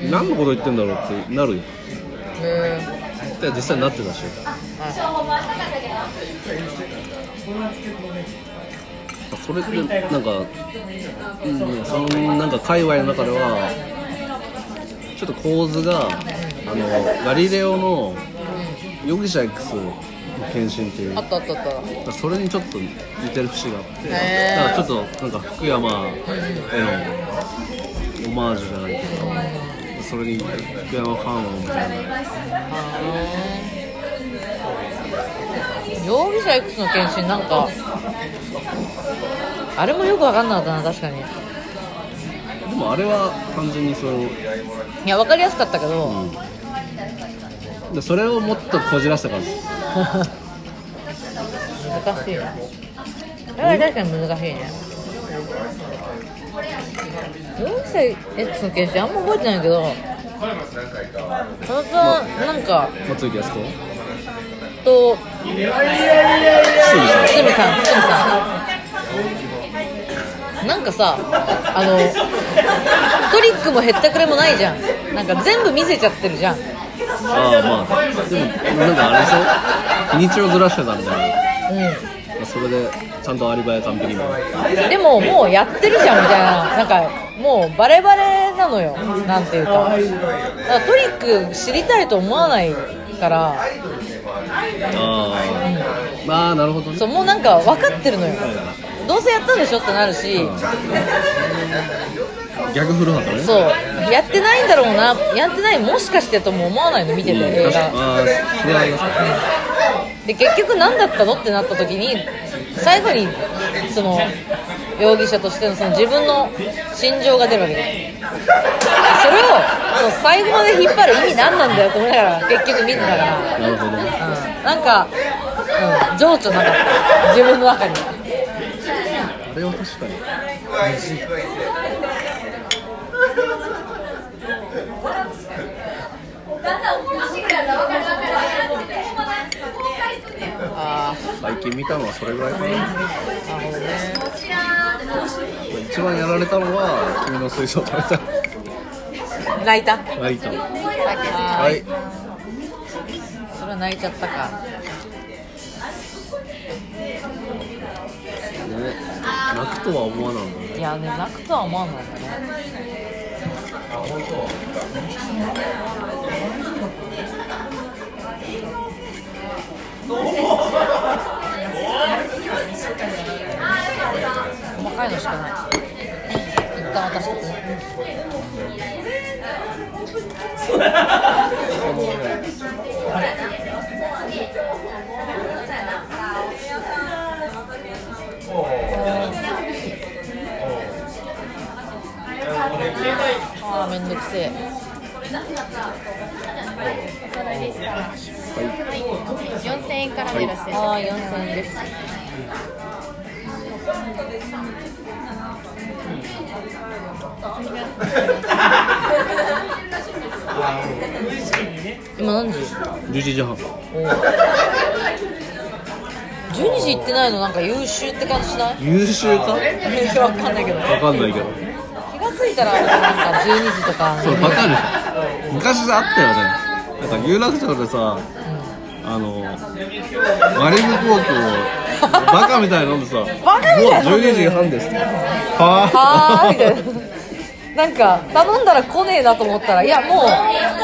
Speaker 1: うん何のこと言ってんだろうってなるよ
Speaker 2: え
Speaker 1: で実際になってたしそれってなんか、うん、そのなんか界隈の中ではちょっと構図があのガリレオの「容疑者 X の献身」っていう
Speaker 2: あったあったあった
Speaker 1: だからそれにちょっと似てる節があって
Speaker 2: へー
Speaker 1: だからちょっとなんか福山へのオマージュじゃないけどそれに福山ファンをみたいな
Speaker 2: 容疑者 X の検診なんかあれもよく分かんなかったな確かにい
Speaker 1: でもあれは単純にその
Speaker 2: や分かりやすかったけど、
Speaker 1: うんでそれをもっとこじらせた感じ
Speaker 2: 難しいなあれは確かに難しいね容疑者 X の検診あんま覚えてないけどたまたまなんか
Speaker 1: 松雪靖子
Speaker 2: と
Speaker 1: すぐさ
Speaker 2: 堤さん堤さんなんかさあのトリックもへったくれもないじゃんなんか全部見せちゃってるじゃんうん
Speaker 1: ああまあでもなんかあれでしょ日にちをずらしてたみたいなそれでちゃんとアリバイ完璧に
Speaker 2: でももうやってるじゃんみたいななんかもうバレバレなのよなんていうかだからトリック知りたいと思わないから
Speaker 1: ああまあなるほどね
Speaker 2: そうもうなんか分かってるのよどうせやったんでしょってなるし
Speaker 1: 逆古畑ね
Speaker 2: そうやってないんだろうなやってないもしかしてとも思わないの見てて
Speaker 1: うん
Speaker 2: 映
Speaker 1: 確か
Speaker 2: 画
Speaker 1: にああそれはありますね
Speaker 2: で結局何だったのってなった時に最後にその容疑者としてのその自分の心情が出るわけでそれをその最後まで引っ張る意味何なんだよと思いながら結局見てたから、
Speaker 1: なるほど
Speaker 2: うん、なんか、うん、情緒なかった自分の中に
Speaker 1: あれは確かに
Speaker 2: あ
Speaker 1: 最近見たのはそれぐらいかな
Speaker 2: ーなるほどね
Speaker 1: 一番やられたのは君の水槽食べた
Speaker 2: 泣いた
Speaker 1: ライト
Speaker 2: あ
Speaker 1: はい
Speaker 2: ーそれは泣いちゃったか
Speaker 1: ね、泣くとは思わないもんね
Speaker 2: いやね泣くとは思わない よね細かいのしかない一旦私たちねあーめんどくせえ
Speaker 3: 4000円からでいらっしゃいます
Speaker 2: ああ4000円です今何時
Speaker 1: 11時半
Speaker 2: おう12時行ってないのなんか優秀って感じしない
Speaker 1: 優秀か
Speaker 2: いやわかんないけど
Speaker 1: わかんないけど
Speaker 2: 気がついたらなんか12時とか
Speaker 1: それバカでしょ昔さあったよねなんか有楽町でさあのマリンコークをバカみたいに飲んでさ「
Speaker 2: バカみたいに飲んで
Speaker 1: 12
Speaker 2: る
Speaker 1: 時半です」は
Speaker 2: はーいみたいななんか頼んだら来ねえなと思ったらいやもう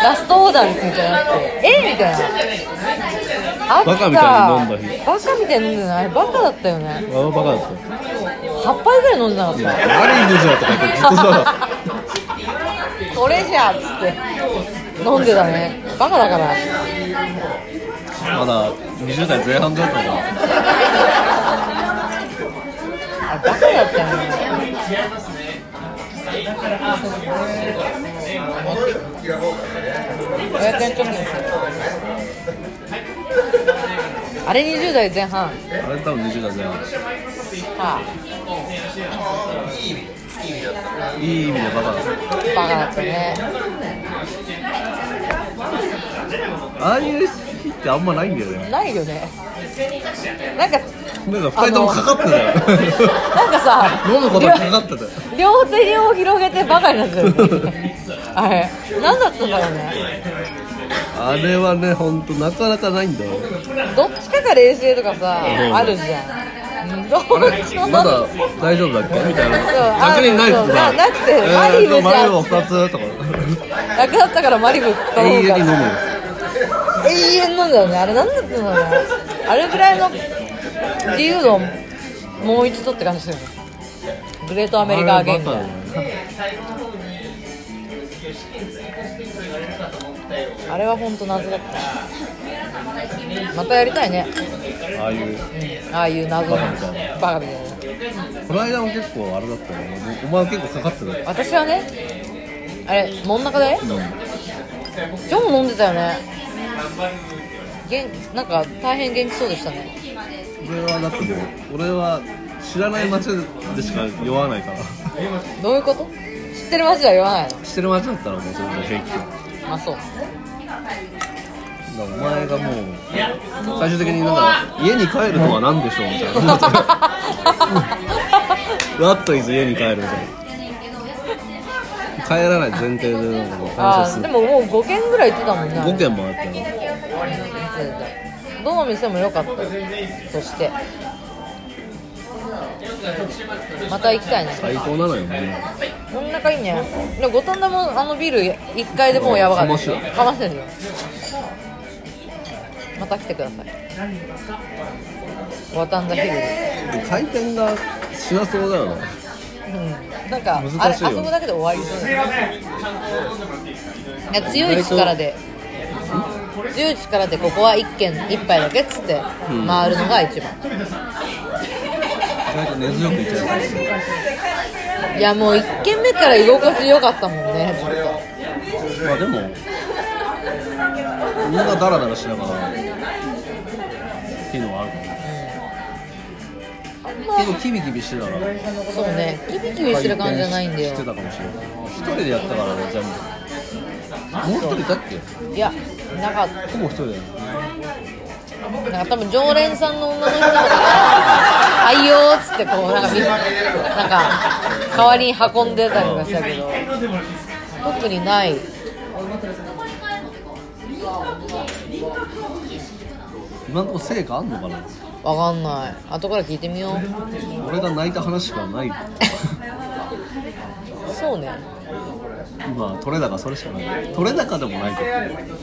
Speaker 2: ラストオーダーですみたいになってえみたいなあった
Speaker 1: バカみたいに飲んだ
Speaker 2: バカみたいに飲んでないバカだったよね
Speaker 1: あのバカだったよ
Speaker 2: 8杯ぐらい飲んでなか
Speaker 1: 「
Speaker 2: っ
Speaker 1: マリンでじゃ」とか言ってずっとさ
Speaker 2: た それじゃあっつって飲んでたねバカだから
Speaker 1: まだ20代前半だったから
Speaker 2: あバカだったよね500円貯金するあれ20代前半
Speaker 1: あれ多分20代前半
Speaker 2: あ
Speaker 1: いい意味でバカだった
Speaker 2: バカだったね
Speaker 1: ああいう日ってあんまないんだよね
Speaker 2: ないよねなんか
Speaker 1: なんか2人ともかかってたよ
Speaker 2: なんかさ
Speaker 1: 飲むことかかってたよ
Speaker 2: 両手両広げてバカになってる、ね、あれ何だったんだろうね
Speaker 1: あれはね本当なかなかないんだよ
Speaker 2: どっちかが冷静とかさ
Speaker 1: うん
Speaker 2: あるじゃんどっちも
Speaker 1: まだ大丈夫だっけみたいな
Speaker 2: そう
Speaker 1: 確認ないです
Speaker 2: あそうななくてマリブじゃん
Speaker 1: マリブを2つとか
Speaker 2: なくなったからマリブ
Speaker 1: 永
Speaker 2: 買おう
Speaker 1: 遠
Speaker 2: か
Speaker 1: に飲むよ
Speaker 2: 永遠飲んだよねあれ何だったんだろうねあれぐらいのっていうのをもう一度って感じだよねグレートア
Speaker 1: ア
Speaker 2: メリカーゲームだよあれは本当謎だったまたやりたいね、
Speaker 1: ああいう
Speaker 2: うん、ああいう謎のバカみたいな
Speaker 1: この間も結構あれだったよねお前は結構かかってたよ
Speaker 2: 私はねあれ真ん中でジョンも飲んでたよね元なんか大変元気そうでしたね
Speaker 1: 俺はだってもう俺は知らない街でしか酔わないから
Speaker 2: どういうこと知ってる街では言わないの
Speaker 1: 知ってる街だったらもうそれじゃ平気だ
Speaker 2: あそう
Speaker 1: からお前がもう最終的になんか家に帰るのは何でしょうみたいな What is 家に帰るみたいな帰らない前提でなんかもう
Speaker 2: あ
Speaker 1: 話をす
Speaker 2: ー
Speaker 1: る
Speaker 2: でももう5軒ぐらい行ってたもんね
Speaker 1: 5軒もあったよ
Speaker 2: どの店も良かったそしてまた行きたいね
Speaker 1: 最高なのよね
Speaker 2: こんなかいいねでも五反田もあのビル1階でもうやばかった
Speaker 1: かましてる
Speaker 2: かましてるよまた来てください五反田ヒルで
Speaker 1: 回転がしなそうだよね
Speaker 2: うんなんかあれ
Speaker 1: 難
Speaker 2: あ
Speaker 1: しい
Speaker 2: そ
Speaker 1: よ
Speaker 2: こだけで終わりそうだねいや強い力で強い力でここは1軒1杯だけっつって
Speaker 1: うん
Speaker 2: 回るのが一
Speaker 1: 意
Speaker 2: 番、
Speaker 1: 外と根強くいっちゃう
Speaker 2: いやもう一軒目から居心地良かったもんねずっ
Speaker 1: まあでもみんなダラダラしながらっていうのはあるかも結構キビキビしてたから
Speaker 2: とそうねキビキビしてる感じじゃないんだ
Speaker 1: し
Speaker 2: よ
Speaker 1: てたかもしれない一人でやったからね全部もう一人だっけ
Speaker 2: いやなんか
Speaker 1: ほぼ一人だよ
Speaker 2: なんか多分常連さんの女の人とかが「はいよ」っつってこうなんかみなんか代わりに運んでたりとかしたけど特にない
Speaker 1: 今のところ成果あんのかな
Speaker 2: わかんない後から聞いてみよう
Speaker 1: 俺が泣いた話しかない
Speaker 2: そうね
Speaker 1: 今取れ高それしかない取れ高でもないけど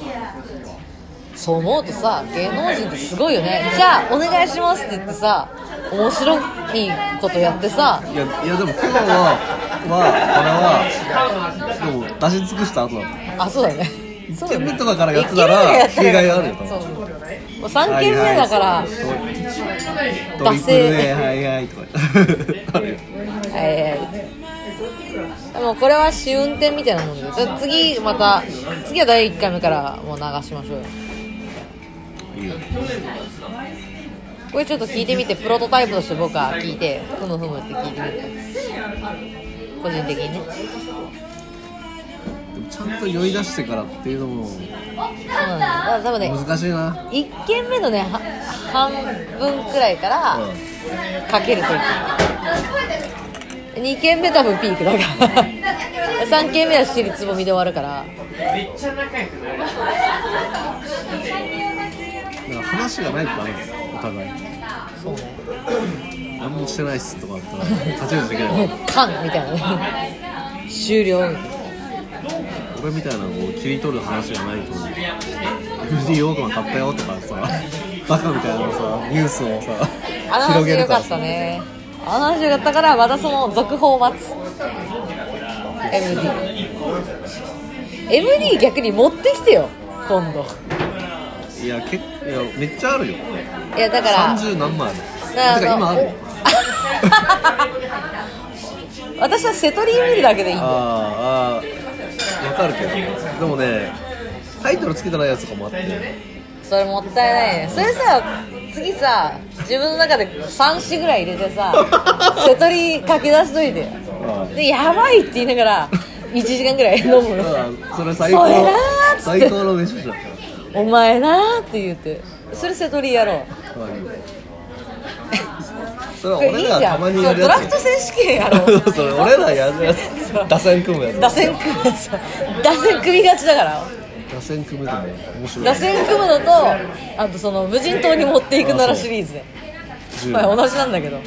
Speaker 2: そう思うとさ芸能人ってすごいよねじゃあお願いしますって言ってさ面白いことやってさ
Speaker 1: いやいやでも今日ははこれはでも出し尽くした後だった
Speaker 2: あそうだね
Speaker 1: 1軒目とかからやってたら
Speaker 2: 一
Speaker 1: 弊
Speaker 2: 軒目から
Speaker 1: 害
Speaker 2: や
Speaker 1: あ
Speaker 2: っ
Speaker 1: るよ
Speaker 2: て
Speaker 1: 多
Speaker 2: たら
Speaker 1: 分
Speaker 2: そうもう3軒目だから、
Speaker 1: はいはいトリプルで はいはいとかあるよ
Speaker 2: えーでもこれは試運転みたいなもんでじゃあ次また次は第1回目からもう流しましょう
Speaker 1: い
Speaker 2: よ
Speaker 1: いよ
Speaker 2: これちょっと聞いてみてプロトタイプとして僕は聞いてふむふむって聞いてみて個人的にね
Speaker 1: でもちゃんと酔い出してからっていうのも
Speaker 2: そうなんだだから多分ね
Speaker 1: 難しいな
Speaker 2: 1軒目のねは半分くらいから
Speaker 1: う
Speaker 2: かけるとい2軒目多分ピークだから3軒目は尻つぼみで終わるから
Speaker 1: んだから話がないとダメですお互い
Speaker 2: そうね
Speaker 1: 何もしてないっすとかだったら立ち打ちできない
Speaker 2: カンみたいなね終了みたいな
Speaker 1: 俺みたいなのを切り取る話じゃないと思う FD オークマン買ったよとかさ バカみたいなのさニュースをさ
Speaker 2: あ
Speaker 1: 広
Speaker 2: の話
Speaker 1: げ
Speaker 2: 良
Speaker 1: る
Speaker 2: か
Speaker 1: から
Speaker 2: ったねあの話良かったからまたその続報を待つ MDMD 逆に持ってきてよ今度
Speaker 1: いやけいやめっちゃあるよ
Speaker 2: いやだから
Speaker 1: 30何枚ある
Speaker 2: だ
Speaker 1: てか今あるよ
Speaker 2: お 私は瀬戸リー見るだけでいいんだよ
Speaker 1: あーあーわかるけどでもねタイトルつけてないやつとかもあって
Speaker 2: それもったいないねそれさ次さ自分の中で3詞ぐらい入れてさ瀬戸リー書き出しといてよ
Speaker 1: あー
Speaker 2: でやばいって言いながら1時間ぐらい飲む
Speaker 1: だ
Speaker 2: の
Speaker 1: からそれ最高
Speaker 2: それなーっつって
Speaker 1: 最高の飯だった
Speaker 2: お前なーって言ってそれ瀬戸リーやろう
Speaker 1: それは
Speaker 2: これい
Speaker 1: 俺
Speaker 2: い
Speaker 1: ら
Speaker 2: じ
Speaker 1: が
Speaker 2: ゃ
Speaker 1: た
Speaker 2: ん
Speaker 1: まにや
Speaker 2: そう
Speaker 1: る
Speaker 2: ド
Speaker 1: や
Speaker 2: ラフト選手権やろう
Speaker 1: つそれ俺らやるやつ打線組むや
Speaker 2: 打
Speaker 1: つ
Speaker 2: 線組むやつ打線組みがちだから
Speaker 1: 打線組むでも面白い
Speaker 2: 打線組むのとあとその無人島に持っていくならシリーズね
Speaker 1: 10
Speaker 2: まあ同じなんだけど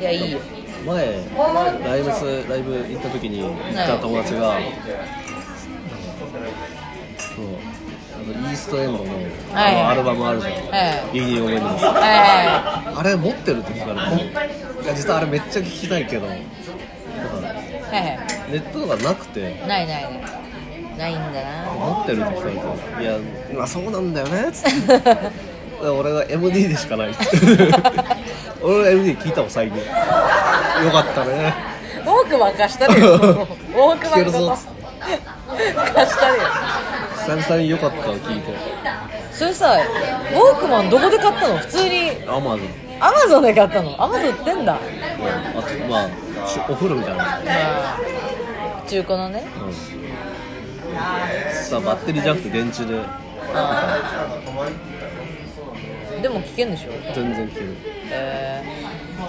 Speaker 2: いやいいよ
Speaker 1: 前ライブスライブ行った時に行った友達が、そうあのイーストエンドの,、
Speaker 2: はい
Speaker 1: あのアルバムあるじゃん、
Speaker 2: は
Speaker 1: ユニオンウェディング
Speaker 2: は
Speaker 1: あれ持ってるって聞かれていや実はあれめっちゃ聞きたいけどなんか
Speaker 2: いはいはい
Speaker 1: ネットとかなくて
Speaker 2: ないないないないんだな
Speaker 1: 持ってるって聞かれていやまあそうなんだよねっつって俺が MD でしか ないっつって俺が MD 聞いたもん最近よかったね
Speaker 2: 多く任した るよ多く
Speaker 1: 聞ける
Speaker 2: 任
Speaker 1: ぞっ
Speaker 2: し
Speaker 1: つったて
Speaker 2: 貸したるよ
Speaker 1: 久々に良かったを聞いて
Speaker 2: それさウォークマンどこで買ったの普通に
Speaker 1: アマゾン
Speaker 2: アマゾンで買ったのアマゾン売ってんだ
Speaker 1: あとまあしお風呂みたいな、うん、
Speaker 2: 中古のね
Speaker 1: さあバッテリーじゃなくて電池で
Speaker 2: でも聞けんでしょ
Speaker 1: 全然消える
Speaker 2: え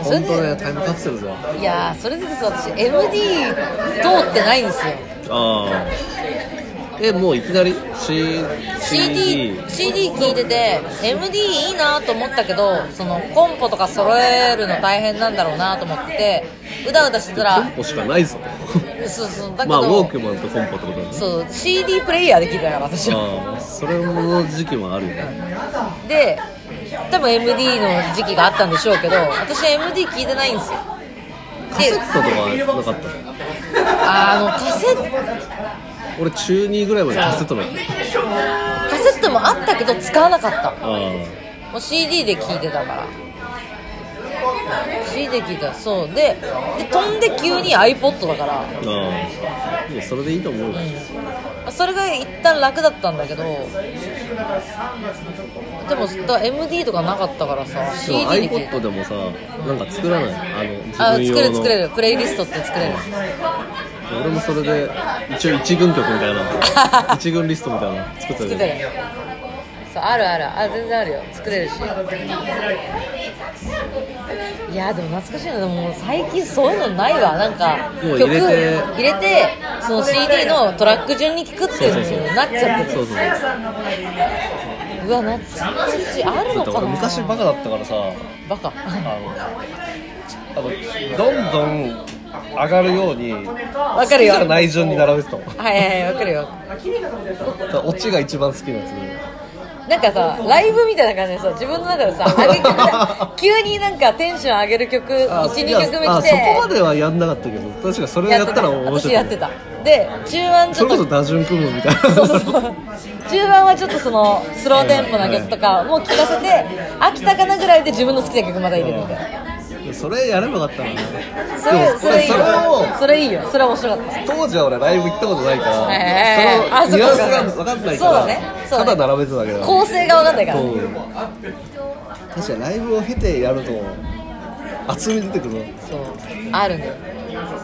Speaker 2: ー、それ
Speaker 1: 本当ね
Speaker 2: で
Speaker 1: タイムカプセルだよ
Speaker 2: いやーそれでさ私 MD 通ってないんですよ
Speaker 1: ああえもういきなり C
Speaker 2: CD, CD 聞いてて MD いいなと思ったけどそのコンポとか揃えるの大変なんだろうなと思ってうだうだしてた
Speaker 1: コン
Speaker 2: ら
Speaker 1: ポしかないぞ
Speaker 2: そうそうだけど、
Speaker 1: まあウォークマンとコンポってことだね
Speaker 2: そう CD プレイヤーで聞いたから私は
Speaker 1: ああそれの時期もあるよね
Speaker 2: で多分 MD の時期があったんでしょうけど私は MD 聞いてないんですよ
Speaker 1: カセ
Speaker 2: で
Speaker 1: ットとかなかったの
Speaker 2: あのカセット
Speaker 1: 俺中2ぐらいまでカセットだった
Speaker 2: カセットもあったけど使わなかった
Speaker 1: ああ
Speaker 2: もう CD で聴いてたから CD で聴いたそうでで飛んで急に iPod だから
Speaker 1: ああいやそれでいいと思うよ
Speaker 2: それが一旦楽だったんだけどでもだ MD とかなかったからさ
Speaker 1: でも
Speaker 2: CD で聴いて
Speaker 1: iPod でもさなんか作らないあの自分
Speaker 2: あ作れ
Speaker 1: 用
Speaker 2: る
Speaker 1: の
Speaker 2: 作れるプレイリストって作れる
Speaker 1: 俺もそれで一応一軍曲みたい な一軍リストみたいなの作ったけ
Speaker 2: 作れ
Speaker 1: ど
Speaker 2: るそうあるあるあ全然あるよ作れるしいやでも懐かしいなでももう最近そういうのないわなんか
Speaker 1: もう
Speaker 2: 曲入
Speaker 1: 入
Speaker 2: れ
Speaker 1: れ
Speaker 2: て
Speaker 1: て
Speaker 2: その CD のトラック順に聴くって
Speaker 1: そうそう
Speaker 2: い
Speaker 1: そうう
Speaker 2: のになっちゃって
Speaker 1: そう
Speaker 2: る
Speaker 1: そうだ
Speaker 2: うわ懐かしいあるの
Speaker 1: って
Speaker 2: か
Speaker 1: 俺
Speaker 2: な
Speaker 1: 昔バカだったからさあ
Speaker 2: バカ
Speaker 1: のあのどんどん上がるように
Speaker 2: わかるよ
Speaker 1: 好きじゃない順に並べてたもん
Speaker 2: はいはいはいわかるよ
Speaker 1: だからオチが一番好きなやつで
Speaker 2: なんかさライブみたいな感じでさ自分の中でさ上げ 曲だ急になんかテンション上げる曲
Speaker 1: あ
Speaker 2: 12曲
Speaker 1: いや
Speaker 2: 目来て
Speaker 1: あそこまではやんなかったけど確かそれやったら面白
Speaker 2: 私
Speaker 1: い
Speaker 2: やってたで中盤ち
Speaker 1: そ
Speaker 2: ょっ
Speaker 1: れことそ打順組むみたいな
Speaker 2: そうそうそう中盤はちょっとそのスローテンポな曲とかもう聴かせて飽きたかなぐらいで自分の好きな曲また入れるみたいな
Speaker 1: それやればよかったのにね
Speaker 2: それ
Speaker 1: でも
Speaker 2: それいいよ
Speaker 1: それを
Speaker 2: それいいよそれ面白かった
Speaker 1: 当時は俺ライブ行ったことないから、
Speaker 2: へーあ
Speaker 1: そのニュアンス
Speaker 2: そ
Speaker 1: が分
Speaker 2: っかそっか
Speaker 1: かんない
Speaker 2: そう
Speaker 1: か
Speaker 2: だ
Speaker 1: ら、
Speaker 2: ねそうだね
Speaker 1: ただ並べてただけだ
Speaker 2: 構成が分かんないから
Speaker 1: そう確かにライブを経てやると厚み出てくる
Speaker 2: そうあるね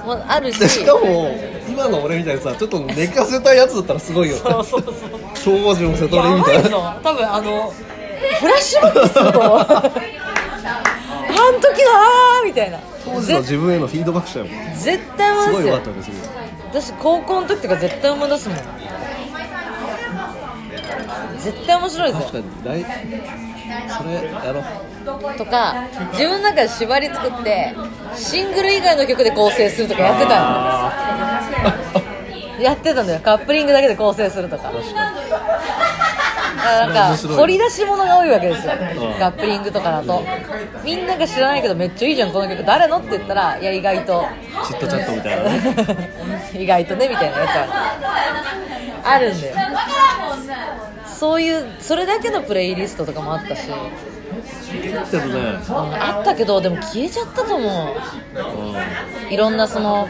Speaker 2: もうあるし
Speaker 1: でしかも今の俺みたいにさちょっと寝かせたやつだったらすごいよ
Speaker 2: そうそうそう
Speaker 1: 長寿も瀬戸
Speaker 2: や
Speaker 1: りみ
Speaker 2: ば
Speaker 1: た
Speaker 2: い
Speaker 1: いな
Speaker 2: ぞ多分あのフラッシュバック すると思うあん時のあーみたいな
Speaker 1: 当時の
Speaker 2: ぜ
Speaker 1: 自分へのフィードバックしたよ
Speaker 2: 絶対
Speaker 1: すご
Speaker 2: 思い
Speaker 1: い
Speaker 2: 出
Speaker 1: 良かっ
Speaker 2: すよ
Speaker 1: たです
Speaker 2: 私高校の時とか絶対思い出すもん絶対面白い
Speaker 1: 確
Speaker 2: ぞ
Speaker 1: かにライそれやろう
Speaker 2: とか自分の中で縛り作ってシングル以外の曲で構成するとかやってたのやってたんだよカップリングだけで構成するとかだからなん
Speaker 1: それ面
Speaker 2: か
Speaker 1: 白い
Speaker 2: 掘り出し物が多いわけですよ
Speaker 1: ん
Speaker 2: カップリングとかだとみんなが知らないけどめっちゃいいじゃんこの曲誰のって言ったらいや意外と
Speaker 1: チットチャットみたいなね
Speaker 2: 意外とねみたいなやつはあるんだよそういうそれだけのプレイリストとかもあったし
Speaker 1: けどね、
Speaker 2: あったけどでも消えちゃったと思う
Speaker 1: うん
Speaker 2: いろんなその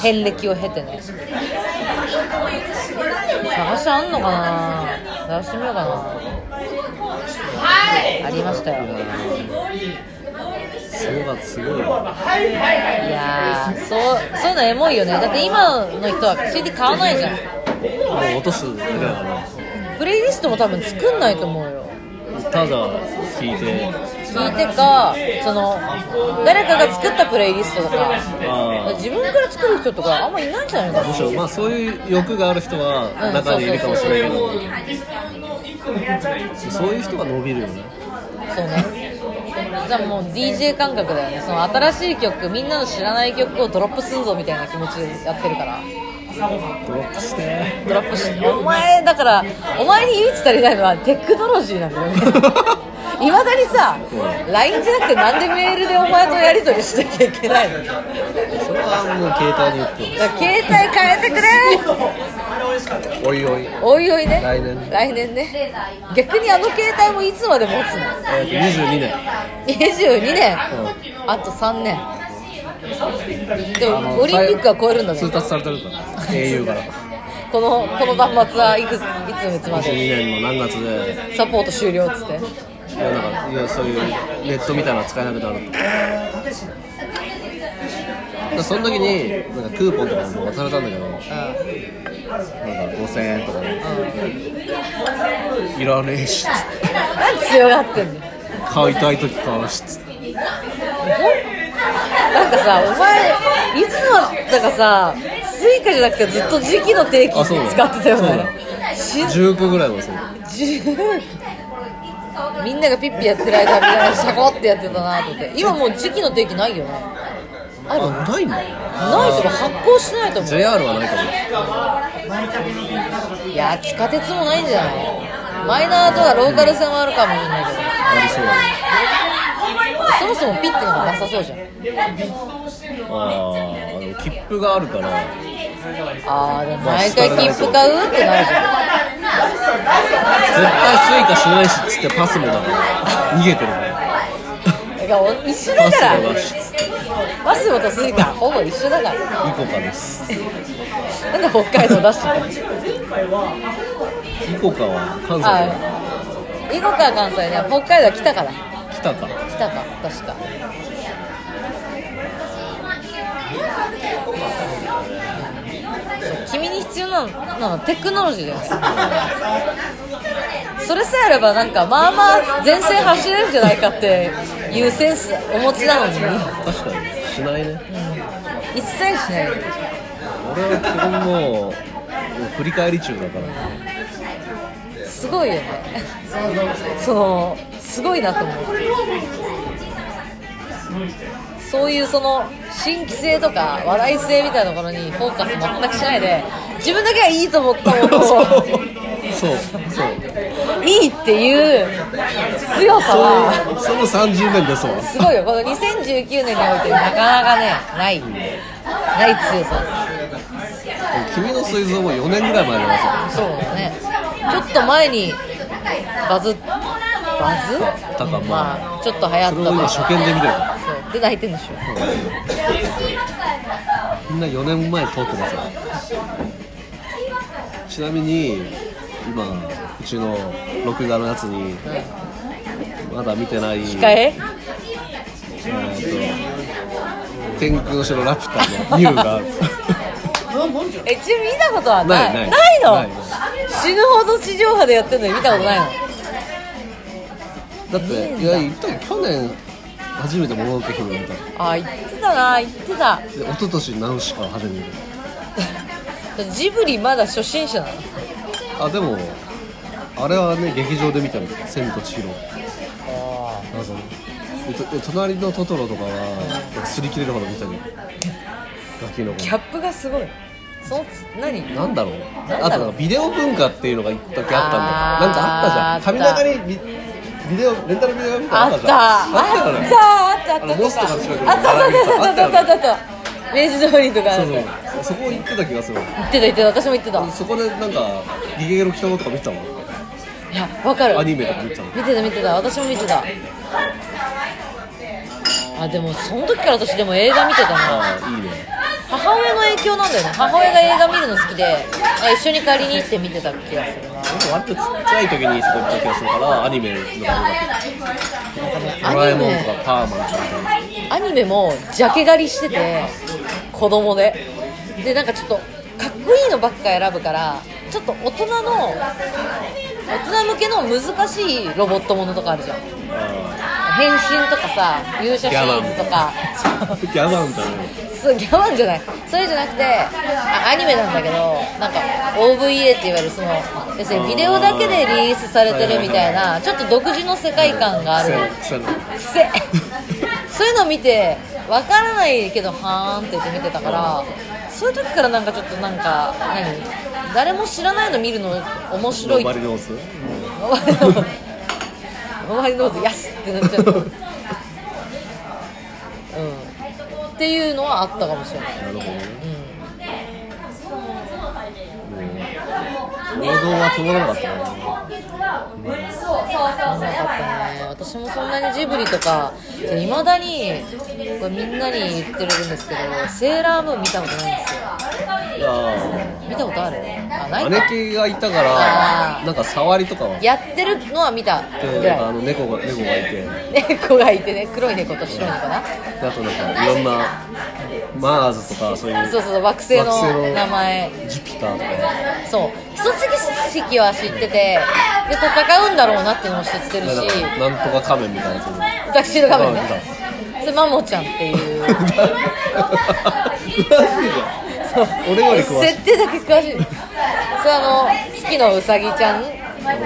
Speaker 2: 遍歴を経てね探しあんのかな探してみようかなありましたよ
Speaker 1: すごかった、すごいわ。
Speaker 2: いやーそうそういうのエモいよねだって今の人は CD 買わないじゃん
Speaker 1: もう落とすだけだから。
Speaker 2: プレイリストも多分作んないと思うよ
Speaker 1: ただ聞いて、
Speaker 2: 聞いてかその誰かが作ったプレイリストとか
Speaker 1: あ
Speaker 2: 自分から作る人とかあんまいないんじゃないか
Speaker 1: あ、
Speaker 2: な
Speaker 1: むしろまあそういう欲がある人は中にいるかもしれないけど、そういう人が伸びるよね。
Speaker 2: そうね。じゃあもう DJ 感覚だよね。その新しい曲、みんなの知らない曲をドロップすんぞみたいな気持ちでやってるから。
Speaker 1: ドロップして。
Speaker 2: ドロップし、 お前、だから、お前に唯一足りないのはテクノロジーなんだよね。いまだにさ、LINE じゃなくてなんでメールでお前とやり取りしなきゃいけないのだか
Speaker 1: それはもう携帯に言っ
Speaker 2: ら携帯変えてく れ
Speaker 1: て、おいおい。
Speaker 2: おいおいね。
Speaker 1: 来年
Speaker 2: 来年ね。逆にあの携帯もいつまで持つの
Speaker 1: えっと22年。
Speaker 2: 22年、
Speaker 1: う
Speaker 2: あと3年で
Speaker 1: あの
Speaker 2: もオリンピックは超えるんだね
Speaker 1: 通達されてるから、au から。
Speaker 2: このこの端末はいくついついつま
Speaker 1: 22
Speaker 2: で
Speaker 1: 年の何月で、
Speaker 2: サポート終了っつって
Speaker 1: いやなんかいやそういうネットみたいなの使えなくなるってその時になんかクーポンとかも渡されたんだけどなんか5000円とかねいらねえし
Speaker 2: 何強がってんの
Speaker 1: 買いたい時買うしつって
Speaker 2: なんかさお前いつもだかさスイカじゃなくてずっと時期の定期
Speaker 1: あそうだよ
Speaker 2: 使ってたよ
Speaker 1: そうだ
Speaker 2: ね
Speaker 1: よ
Speaker 2: し
Speaker 1: 10個ぐらいはそう
Speaker 2: じみんながピッピやってる間みんながシャコってやってたなと思って今もう時期の定期ないよねある
Speaker 1: あないんだ
Speaker 2: ないとか発行しないと思う
Speaker 1: JR はないかも
Speaker 2: いや地下鉄もないんじゃないマイナーとかローカル線はあるかもしれないけど
Speaker 1: ありそうだね
Speaker 2: そもそもピッてのがなさそうじゃん
Speaker 1: あーあの切符があるから
Speaker 2: あーでも毎回切符買うってなるじゃん
Speaker 1: 絶対スイカしないしっつってパスもだから逃げてるから
Speaker 2: だからお一緒だ
Speaker 1: パ
Speaker 2: か
Speaker 1: ス
Speaker 2: ら
Speaker 1: もだしっつって
Speaker 2: マスモとスイカほぼ一緒だから
Speaker 1: イコカです
Speaker 2: なんで北海道出してるの
Speaker 1: イコカは関西だよ
Speaker 2: あー囲碁か関西ね北海道来たから
Speaker 1: 来たか
Speaker 2: 来たか確か君に必要なのはテクノロジーだよそれさえあればなんかまあまあ前線走れるんじゃないかっていうセンスお持ちなのに
Speaker 1: 確かにしないね
Speaker 2: 一切しない
Speaker 1: 俺は基本もうもう振り返り中だから
Speaker 2: すごいよねそのすごいなと思うそういうその新規性とか笑い性みたいなところにフォーカス 全くしないで自分だけはいいと思ったものを
Speaker 1: そうそう
Speaker 2: いいっていう強さは
Speaker 1: その30年ですもん
Speaker 2: すごいよこの2019年においてなかなかねないない強さです
Speaker 1: 君の水蔵も4年ぐらい前なんですよ
Speaker 2: そうだねちょっと前にバズバズ
Speaker 1: だからまあ
Speaker 2: あ、ちょっと流行った
Speaker 1: それを今初見で見てる
Speaker 2: そうで泣いてんでしょ
Speaker 1: みんな4年前通ってますよちなみに今うちの録画のやつにまだ見てない
Speaker 2: 控え
Speaker 1: ーと天空の城ラピュタのニュー がある
Speaker 2: えちなみに見たことはない
Speaker 1: ないない
Speaker 2: の
Speaker 1: ない
Speaker 2: 死ぬほど地上波でやってるのに見たことないの
Speaker 1: だっていや言ったよ去年初めて「もののけ姫」見たで
Speaker 2: あ言ってたな言ってた
Speaker 1: 一昨年ナウシカを初めて見
Speaker 2: ジブリまだ初心者なの
Speaker 1: たあでもあれはね劇場で見たの「千と千尋」あそうえと隣のトトロとかは擦り切れるほど見たりガキの子
Speaker 2: ギャップがすごいその何
Speaker 1: なんだろう
Speaker 2: なんだろう
Speaker 1: あとなんかビデオ文化っていうのが一時あったんだよなんかあったじゃん
Speaker 2: あーあった
Speaker 1: 髪長にビビデオレンタルビデオみた
Speaker 2: あ
Speaker 1: いなの
Speaker 2: った
Speaker 1: あったじゃん
Speaker 2: あったあったあったあったあったあったあ
Speaker 1: あのモスとか近くに
Speaker 2: ったあったあったあった明治通りとか
Speaker 1: あ
Speaker 2: あ
Speaker 1: そ
Speaker 2: っ
Speaker 1: う
Speaker 2: た
Speaker 1: そうそこ行ってた気がする
Speaker 2: 言ってた言ってた私も言ってた
Speaker 1: そこでなんか「ゲゲゲの鬼太郎」とか見てたもん
Speaker 2: いやわかる
Speaker 1: アニメとか見てたもん
Speaker 2: 見てた見てた私も見てたあでもその時から私でも映画見てたな
Speaker 1: ああいいね
Speaker 2: 母親の影響なんだよね母親が映画見るの好きであ一緒に借りに行って見てた気がするな
Speaker 1: 僕割とちっちゃい時にそこ行った気がするからアニメの方が多かったドラ
Speaker 2: ア
Speaker 1: え
Speaker 2: ニ
Speaker 1: もんと
Speaker 2: メ
Speaker 1: かパーマンとか
Speaker 2: アニメもジャケ狩りしてて子供ででなんかちょっとかっこいいのばっか選ぶからちょっと大人の大人向けの難しいロボットものとかあるじゃん
Speaker 1: あ
Speaker 2: 変身とかさ勇者シリーズとか
Speaker 1: あギャバンみたいなの
Speaker 2: そうギャバンじゃないそれじゃなくてあアニメなんだけどなんか OVA っていわれるその要するにビデオだけでリリースされてるみたいなちょっと独自の世界観がある
Speaker 1: 癖の
Speaker 2: 癖 そういうの見てわからないけどはーんって言って見てたからそういう時からなんかちょっとなんか何誰も知らないの見るの面白い
Speaker 1: ノーマリ ノーズ
Speaker 2: お前のお前のやすってなっちゃううんっていうのはあったかもしれない、
Speaker 1: なるほどね
Speaker 2: うん、
Speaker 1: 王道は通らなかったな
Speaker 2: なかったね私もそんなにジブリとかいまだにこれみんなに言ってるんですけどセーラームーン見たことないんですよ
Speaker 1: いや
Speaker 2: 見たことあるあな
Speaker 1: ー
Speaker 2: いか
Speaker 1: 姉貴がいたから
Speaker 2: あー
Speaker 1: なんか触りとかは
Speaker 2: やってるのは見た
Speaker 1: で
Speaker 2: ぐ
Speaker 1: なんかあ
Speaker 2: らい
Speaker 1: の猫が猫がいて
Speaker 2: 猫がいてね黒い猫と白いのかな
Speaker 1: であとなんかいろんなマーズとかそういう
Speaker 2: そうそうそう惑星
Speaker 1: 惑星
Speaker 2: の
Speaker 1: の
Speaker 2: 名前
Speaker 1: ジュピターとか
Speaker 2: そう基礎知識は知っててで戦うんだろうなっていうのも知ってるし
Speaker 1: なんかなんとか仮面みたいなやつ
Speaker 2: タキシード画面ね
Speaker 1: 見た
Speaker 2: それマモちゃんってい う
Speaker 1: 詳しいじゃん俺より詳しい
Speaker 2: 設定だけ詳しいそれあの月のうさぎちゃんが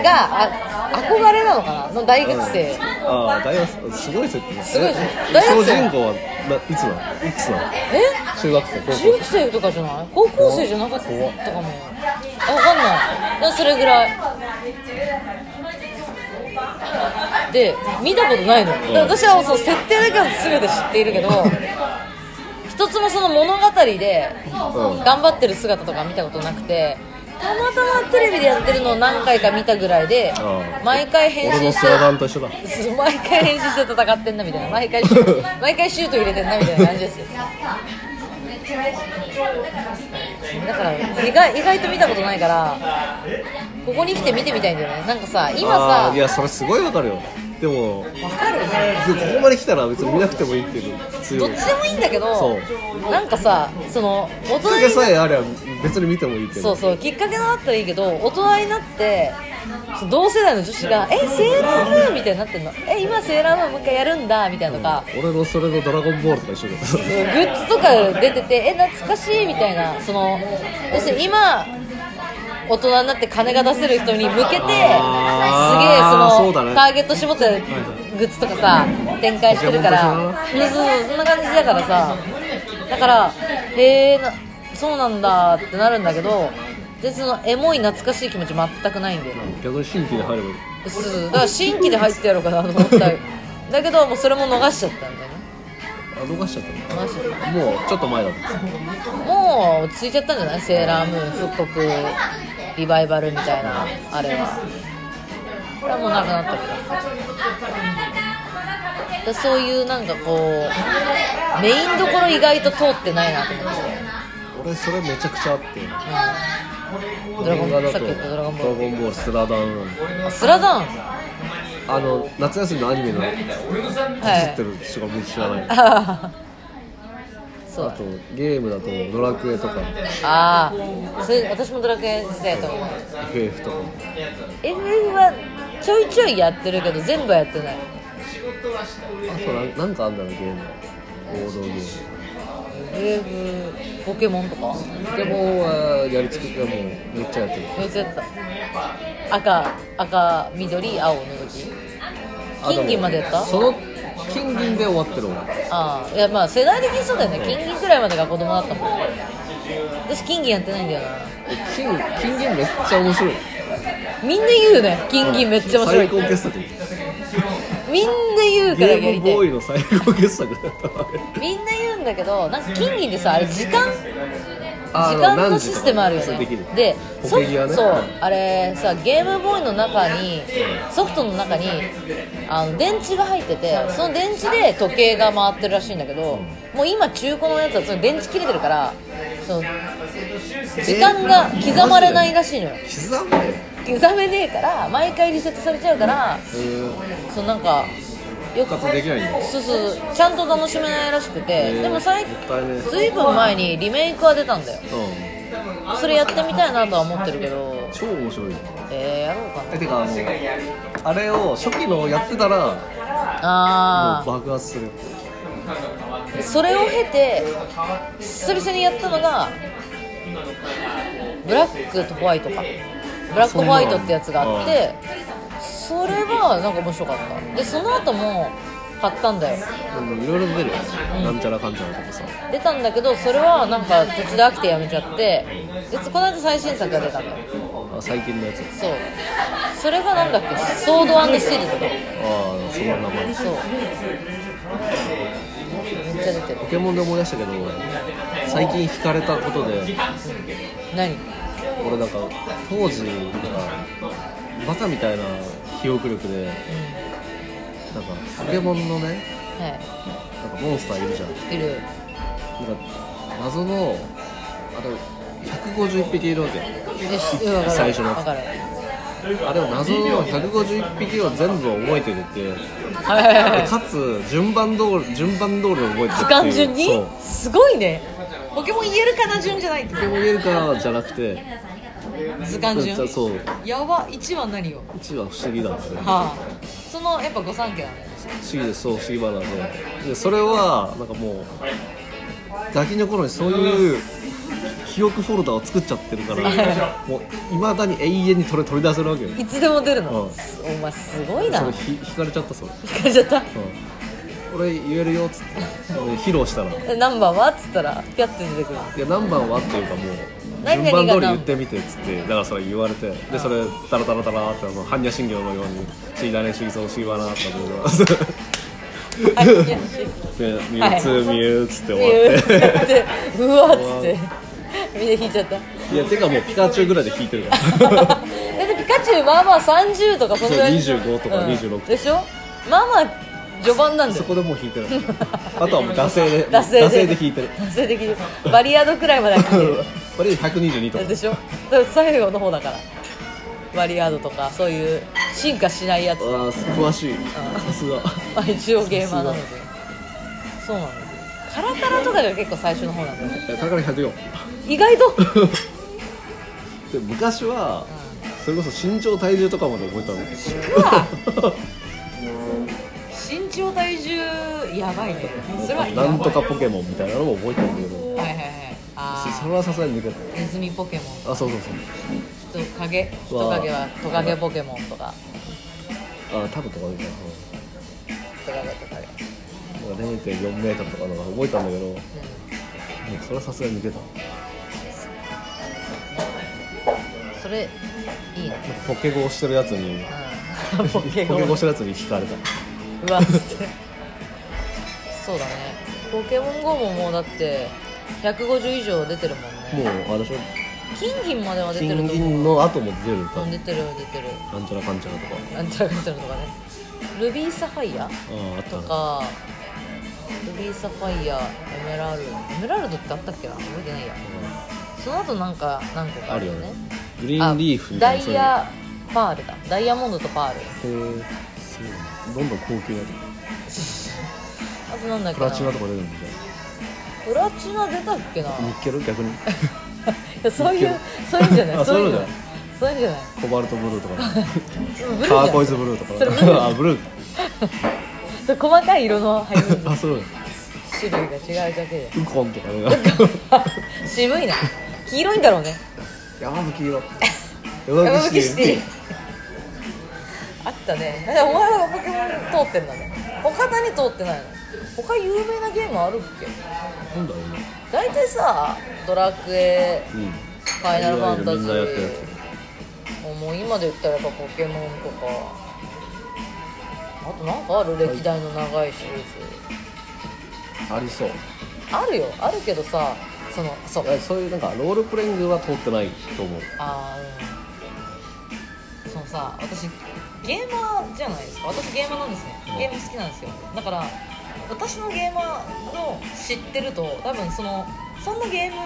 Speaker 2: あ憧れなのかなの大学生
Speaker 1: ああ大学すごい設定
Speaker 2: すごいですね
Speaker 1: え
Speaker 2: 大学
Speaker 1: 主
Speaker 2: 生
Speaker 1: 人公はないつなのいくつなの
Speaker 2: え
Speaker 1: 中学生高校
Speaker 2: 中学生とかじゃない高校生じゃなかったかもあわかんないでもそれぐらいで見たことないのよ、
Speaker 1: うん
Speaker 2: で私はそう設定だけは全て知っているけど一つもその物語で
Speaker 1: うん
Speaker 2: 頑張ってる姿とか見たことなくてたまたまテレビでやってるのを何回か見たぐらいで
Speaker 1: うん
Speaker 2: 毎回変
Speaker 1: 俺
Speaker 2: 身
Speaker 1: の
Speaker 2: して
Speaker 1: 相談と一緒だ
Speaker 2: 毎回変身して戦ってんなみたいな毎回 毎回シュート入れてんなみたいな感じですよだから意外意外と見たことないからここに来て見てみたいんだよねなんかさ今
Speaker 1: あ
Speaker 2: さ
Speaker 1: ーいやそれすごいわかるよでも
Speaker 2: わかる
Speaker 1: でもここまで来たら別に見なくてもいいっていう強
Speaker 2: どっ
Speaker 1: い
Speaker 2: ちでもいいんだけど
Speaker 1: そ
Speaker 2: なんかさその大
Speaker 1: それ
Speaker 2: 人
Speaker 1: が
Speaker 2: に
Speaker 1: さえあれば別に見てもいいけ
Speaker 2: そ
Speaker 1: ど
Speaker 2: うそうきっかけがあったらいいけど大人になってそう同世代の女子が「えセーラームーン」みたいになってんの「え今セーラームーンもう一回やるんだ」みたいなのとか、
Speaker 1: 俺のそれの「ドラゴンボール」とか一緒だ
Speaker 2: グッズとか出ててえ懐かしいみたいなその要するに今大人になって金が出せる人に向けてすげえそ
Speaker 1: あー
Speaker 2: の
Speaker 1: そうだね
Speaker 2: ターゲット絞ったグッズとかさ展開してるからそうそうそんな感じだからさだからへえなそうなんだってなるんだけどでそのエモい懐かしい気持ち全くないんで
Speaker 1: 逆に新規で入ればいい
Speaker 2: そうだから新規で入ってやろうかなと思った だけどもうそれも逃しちゃったんだよね
Speaker 1: あ逃しちゃっ
Speaker 2: 逃しちゃった
Speaker 1: のもうちょっと前だった
Speaker 2: もう落ち着いちゃったんじゃないセーラームーン復刻リバイバルみたいなあれはこれはもうなくなったけどでそういうなんかこうメインどころ意外と通ってないなと思って、
Speaker 1: 俺それめちゃくちゃあって
Speaker 2: うん、ドラゴンボール
Speaker 1: だ
Speaker 2: さ
Speaker 1: と
Speaker 2: っき言ったドラゴンボ
Speaker 1: ドラ
Speaker 2: ー
Speaker 1: ゴンボールスラダン
Speaker 2: ルあスラダン
Speaker 1: あの夏休みのアニメの映って
Speaker 2: はい
Speaker 1: る人が僕知らないあ
Speaker 2: あーそうだ
Speaker 1: とゲームだとドラクエとか
Speaker 2: ああそれ私もドラクエ時代と思う
Speaker 1: FF とか
Speaker 2: FF はちょいちょいやってるけど全部はやってない
Speaker 1: あとなんなんかあんだろうゲーム王道ゲーム
Speaker 2: FF ポケモンとか
Speaker 1: ポケモンはやりつくがもうめっちゃやってる
Speaker 2: めっちゃやった赤赤緑青の時金銀までやった
Speaker 1: その金銀で終わってるわ
Speaker 2: ああいやまあ世代的にそうだよね金銀くらいまでが子供だったもん私金銀やってないんだよな
Speaker 1: 金金銀めっちゃ面白い
Speaker 2: みんな言うよね金銀めっちゃ面白いっ
Speaker 1: 最高
Speaker 2: て
Speaker 1: 傑作
Speaker 2: みんな言うから
Speaker 1: ゲ
Speaker 2: や
Speaker 1: ー
Speaker 2: り
Speaker 1: ム
Speaker 2: たい
Speaker 1: ボーイの最高傑作だったわ
Speaker 2: みんな言うんだけどなんか金銀でさあれ時間
Speaker 1: あ
Speaker 2: 時間のシステムあるよね
Speaker 1: できる
Speaker 2: で
Speaker 1: ポケギアね
Speaker 2: そう
Speaker 1: はい
Speaker 2: あれさゲームボーイの中にソフトの中にあの電池が入っててその電池で時計が回ってるらしいんだけどもう今中古のやつはその電池切れてるからその時間が刻まれないらしいのよ
Speaker 1: 刻んで
Speaker 2: 刻めねえから毎回リセットされちゃうからそのなんかよ
Speaker 1: 復活できないんだ
Speaker 2: そうそうちゃんと楽しめないらしくて
Speaker 1: ー
Speaker 2: でも最
Speaker 1: もったいね
Speaker 2: ずいぶん前にリメイクは出たんだよ
Speaker 1: うん
Speaker 2: それやってみたいなとは思ってるけど
Speaker 1: 超面白い
Speaker 2: えー、やろうか
Speaker 1: えてかあのあれを初期のやってたらもう
Speaker 2: なあ
Speaker 1: 爆発する
Speaker 2: あそれを経て久々にやったのがブラックとホワイトかブラックホワイトってやつがあってそれはなんか面白かったでその後も買ったんだよ
Speaker 1: なんかいろいろ出るよなんちゃらかんちゃらとかさ
Speaker 2: 出たんだけどそれはなんか途中で飽きてやめちゃってでこの間最新作が出たんだよ
Speaker 1: あ最近のやつ
Speaker 2: そうそれがなんだっけソードシールドだ
Speaker 1: ああその名前
Speaker 2: そうめっちゃ出てる
Speaker 1: ポケモンで思い出したけど最近惹かれたことで
Speaker 2: 何
Speaker 1: 俺なんか当時なんかバカみたいな記憶力でなんかポケモンのね
Speaker 2: は
Speaker 1: なんかモンスターいるじゃんなんか
Speaker 2: いいる
Speaker 1: 謎のあれ151匹いるわけ
Speaker 2: よしわかる
Speaker 1: 最初の
Speaker 2: わかる
Speaker 1: あれを謎の151匹を全部覚えてるって
Speaker 2: はいは いはい
Speaker 1: でかつ順番通り順番通りを覚えてるっていう
Speaker 2: 図鑑順に
Speaker 1: そう
Speaker 2: すごいねポケモン言えるかな順じゃないって
Speaker 1: ポケモン言えるかじゃなくて
Speaker 2: 図鑑順
Speaker 1: そう
Speaker 2: やば一番何よ
Speaker 1: 一番不思議なんですよ
Speaker 2: はあそのやっぱ御三家だね
Speaker 1: 不思議ですそう不思議花ででそれはなんかもうガキの頃にそういう記憶フォルダを作っちゃってるからもういまだに永遠に取れ取り出せるわけよ
Speaker 2: いつでも出るの、
Speaker 1: うん
Speaker 2: お前すごいな
Speaker 1: それひ引かれちゃったそれ、
Speaker 2: 引かれちゃった
Speaker 1: うん、俺言えるよっつって披露したら「い
Speaker 2: え何番はっつったらピャッて出てくる
Speaker 1: や何番は?」っていうかもう
Speaker 2: 何
Speaker 1: 順
Speaker 2: 々
Speaker 1: 番通
Speaker 2: が
Speaker 1: り言ってみてっつってだからそれ言われてでそれダラダラダラってあの般若心経のように「シーダネシーソーシーワナ」とか言うから で「
Speaker 2: はいいや
Speaker 1: ミュウツ ーミュウ」っつって 終わって。
Speaker 2: ってうわっつって みんな引いちゃった
Speaker 1: いやてかもうピカチュウぐらいで引いて るか
Speaker 2: だ
Speaker 1: ら
Speaker 2: ってピカチュウまあまあ30とかそのぐらい
Speaker 1: そう25とか26
Speaker 2: でしょまあまあ序盤なんだ
Speaker 1: そ
Speaker 2: よ
Speaker 1: こでもう引いてるあとはもう惰性で
Speaker 2: 惰性で
Speaker 1: 引い てる
Speaker 2: 惰性的にバリアードくらいまで入って
Speaker 1: これで122とか
Speaker 2: るでしょだから最後の方だからバリアードとかそういう進化しないやつ
Speaker 1: ああ詳しいさすが
Speaker 2: まあ一応ゲーマーなのでそうなんですよカラカラとかが結構最初の方なんだよね
Speaker 1: いやだから104
Speaker 2: 意外と
Speaker 1: で昔はそれこそ身長体重とかまで覚えたの
Speaker 2: うわ身長体重やばいねそれはやばい
Speaker 1: なんとかポケモンみたいなのも覚えてるんだけど
Speaker 2: はいはいはい
Speaker 1: そ
Speaker 2: あ
Speaker 1: れはさすがに抜けた
Speaker 2: あネズミポケモン
Speaker 1: あそうそうそう
Speaker 2: 人影人影はトカゲポケモンと
Speaker 1: あ
Speaker 2: か
Speaker 1: 多分とか出た
Speaker 2: トカゲトカゲ
Speaker 1: 0 4メートルとかのが覚えたんだけどもうそれはさすがに抜けた
Speaker 2: それいいね
Speaker 1: ポケゴをしてるやつに
Speaker 2: うん ポ
Speaker 1: ポ
Speaker 2: ケ
Speaker 1: ケ
Speaker 2: ゴ
Speaker 1: ゴしてるやつに聞かれた
Speaker 2: うわっつってそうだねポケモン GO ももうだって150以上出てるもんね
Speaker 1: もうあれでしょ
Speaker 2: 金銀までは出てる
Speaker 1: 金
Speaker 2: と思う
Speaker 1: 銀の後も出るか
Speaker 2: うん出てる出てる
Speaker 1: なんちゃらかんちゃらとか
Speaker 2: なんちゃらかんちゃらとかねルビーサファイア
Speaker 1: あああった
Speaker 2: と
Speaker 1: な
Speaker 2: かルビーサファイアエメラルドエメラルドってあったっけな覚えてないやその後なんか何個か
Speaker 1: あ
Speaker 2: あ
Speaker 1: る
Speaker 2: る
Speaker 1: よ
Speaker 2: よ
Speaker 1: ね
Speaker 2: ね
Speaker 1: グリーンリーフ
Speaker 2: あ
Speaker 1: みた
Speaker 2: ダ
Speaker 1: いな
Speaker 2: イヤパールだダイヤモンドとパール
Speaker 1: そういうのへえそうなんだどんどん高級になってくる
Speaker 2: あとなんだっけ
Speaker 1: プ
Speaker 2: な
Speaker 1: ラチナとか出るんじ
Speaker 2: プラチナ出たっけな
Speaker 1: ゃんニッケル逆 に
Speaker 2: いやそういうそういうんじゃな
Speaker 1: あ
Speaker 2: いそういうんじゃない
Speaker 1: そ
Speaker 2: そういうんじゃない
Speaker 1: コバルトブルーとか
Speaker 2: でもブルーじゃ
Speaker 1: カ
Speaker 2: ない
Speaker 1: ーコイ ズブルーと
Speaker 2: それブルーじゃ
Speaker 1: かあブルー
Speaker 2: それ細かい色の配分
Speaker 1: あそう
Speaker 2: 種類が違うだ けで
Speaker 1: ウコンとかねなんか
Speaker 2: 渋いな黄色いんだろうね
Speaker 1: 山吹色
Speaker 2: 山吹
Speaker 1: シ
Speaker 2: シ
Speaker 1: テ
Speaker 2: テ
Speaker 1: ィ
Speaker 2: ィあったねだからお前らがポケモン通ってんだね他何通ってないの他有名なゲームあるっけ
Speaker 1: なんだろうね
Speaker 2: 大体さドラクエ
Speaker 1: うん
Speaker 2: ファイナルファンタ
Speaker 1: いわゆるみん
Speaker 2: ジ
Speaker 1: なやったや
Speaker 2: ーもう今で言ったらやっぱポケモンとかあとなんかある歴代の長いシリーズ、
Speaker 1: つありそう
Speaker 2: あるよあるけどさそのそう
Speaker 1: えそういうなんかロールプレイングは通ってないと思う
Speaker 2: あーうんそのさ私ゲーマーじゃないですか私ゲーマーなんですね
Speaker 1: うん
Speaker 2: ゲーム好きなんですよだから私のゲーマーの知ってると多分そのそんなゲーム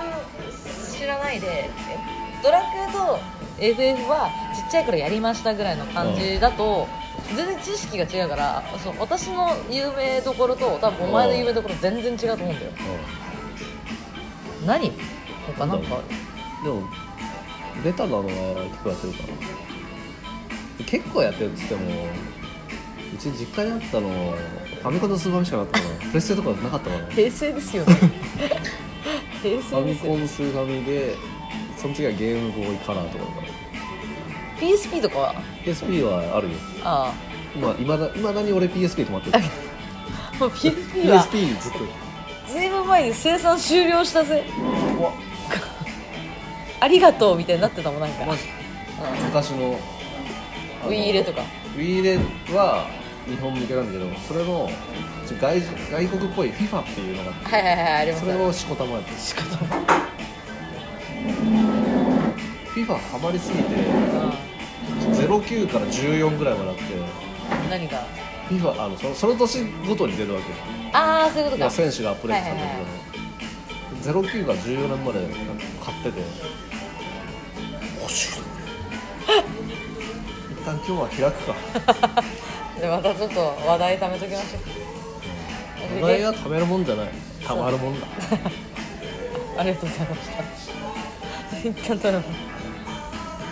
Speaker 2: 知らないでえドラクエと FF はちっちゃい頃やりましたぐらいの感じだと、全然知識が違うからそう私の有名どころと多分お前の有名どころ全然違うと思うんだよ何他なんかある
Speaker 1: でもベタなのは結構やってるから結構やってるっつってもうち実家にあったのファミコンのスーファミしかなかったから プレステとかなかったからフ
Speaker 2: 平成ですよね平
Speaker 1: ァ
Speaker 2: 成で
Speaker 1: ミ
Speaker 2: す
Speaker 1: コ
Speaker 2: よ
Speaker 1: ンのスーファミでその次はゲームボーイカラーとかだから
Speaker 2: PSP とかは
Speaker 1: PSP はあるよ
Speaker 2: あ
Speaker 1: まあいまだいまだに俺 PSP 止ま ってる
Speaker 2: あ PSP は
Speaker 1: PSP にずっと
Speaker 2: ずいぶん前に生産終了したぜ
Speaker 1: 怖っ
Speaker 2: ありがとうみたいになってたもんなんか、
Speaker 1: マジ昔のあの
Speaker 2: うん、ウィー入れとか
Speaker 1: ウィーレは日本向けなんだけどそれのちょ外人外国っぽい FIFA っていうのがあっ
Speaker 2: はいはいはいあり
Speaker 1: て
Speaker 2: ます
Speaker 1: それをしこたまやって
Speaker 2: 仕方
Speaker 1: FIFA ハマりすぎて09から14ぐらいまであって
Speaker 2: 何が
Speaker 1: FIFA あのそのその年ごとに出るわけ
Speaker 2: ああそういうこと
Speaker 1: 今
Speaker 2: か
Speaker 1: 選手がアップデートされ
Speaker 2: はいはい
Speaker 1: てるの09から14年まで買ってて欲しい一旦今日は開くか
Speaker 2: じゃあまたちょっと話題貯めときまし
Speaker 1: お
Speaker 2: ょう
Speaker 1: 前は食べるもんじゃないたまるもんだ
Speaker 2: ありがとうございました 一旦頼む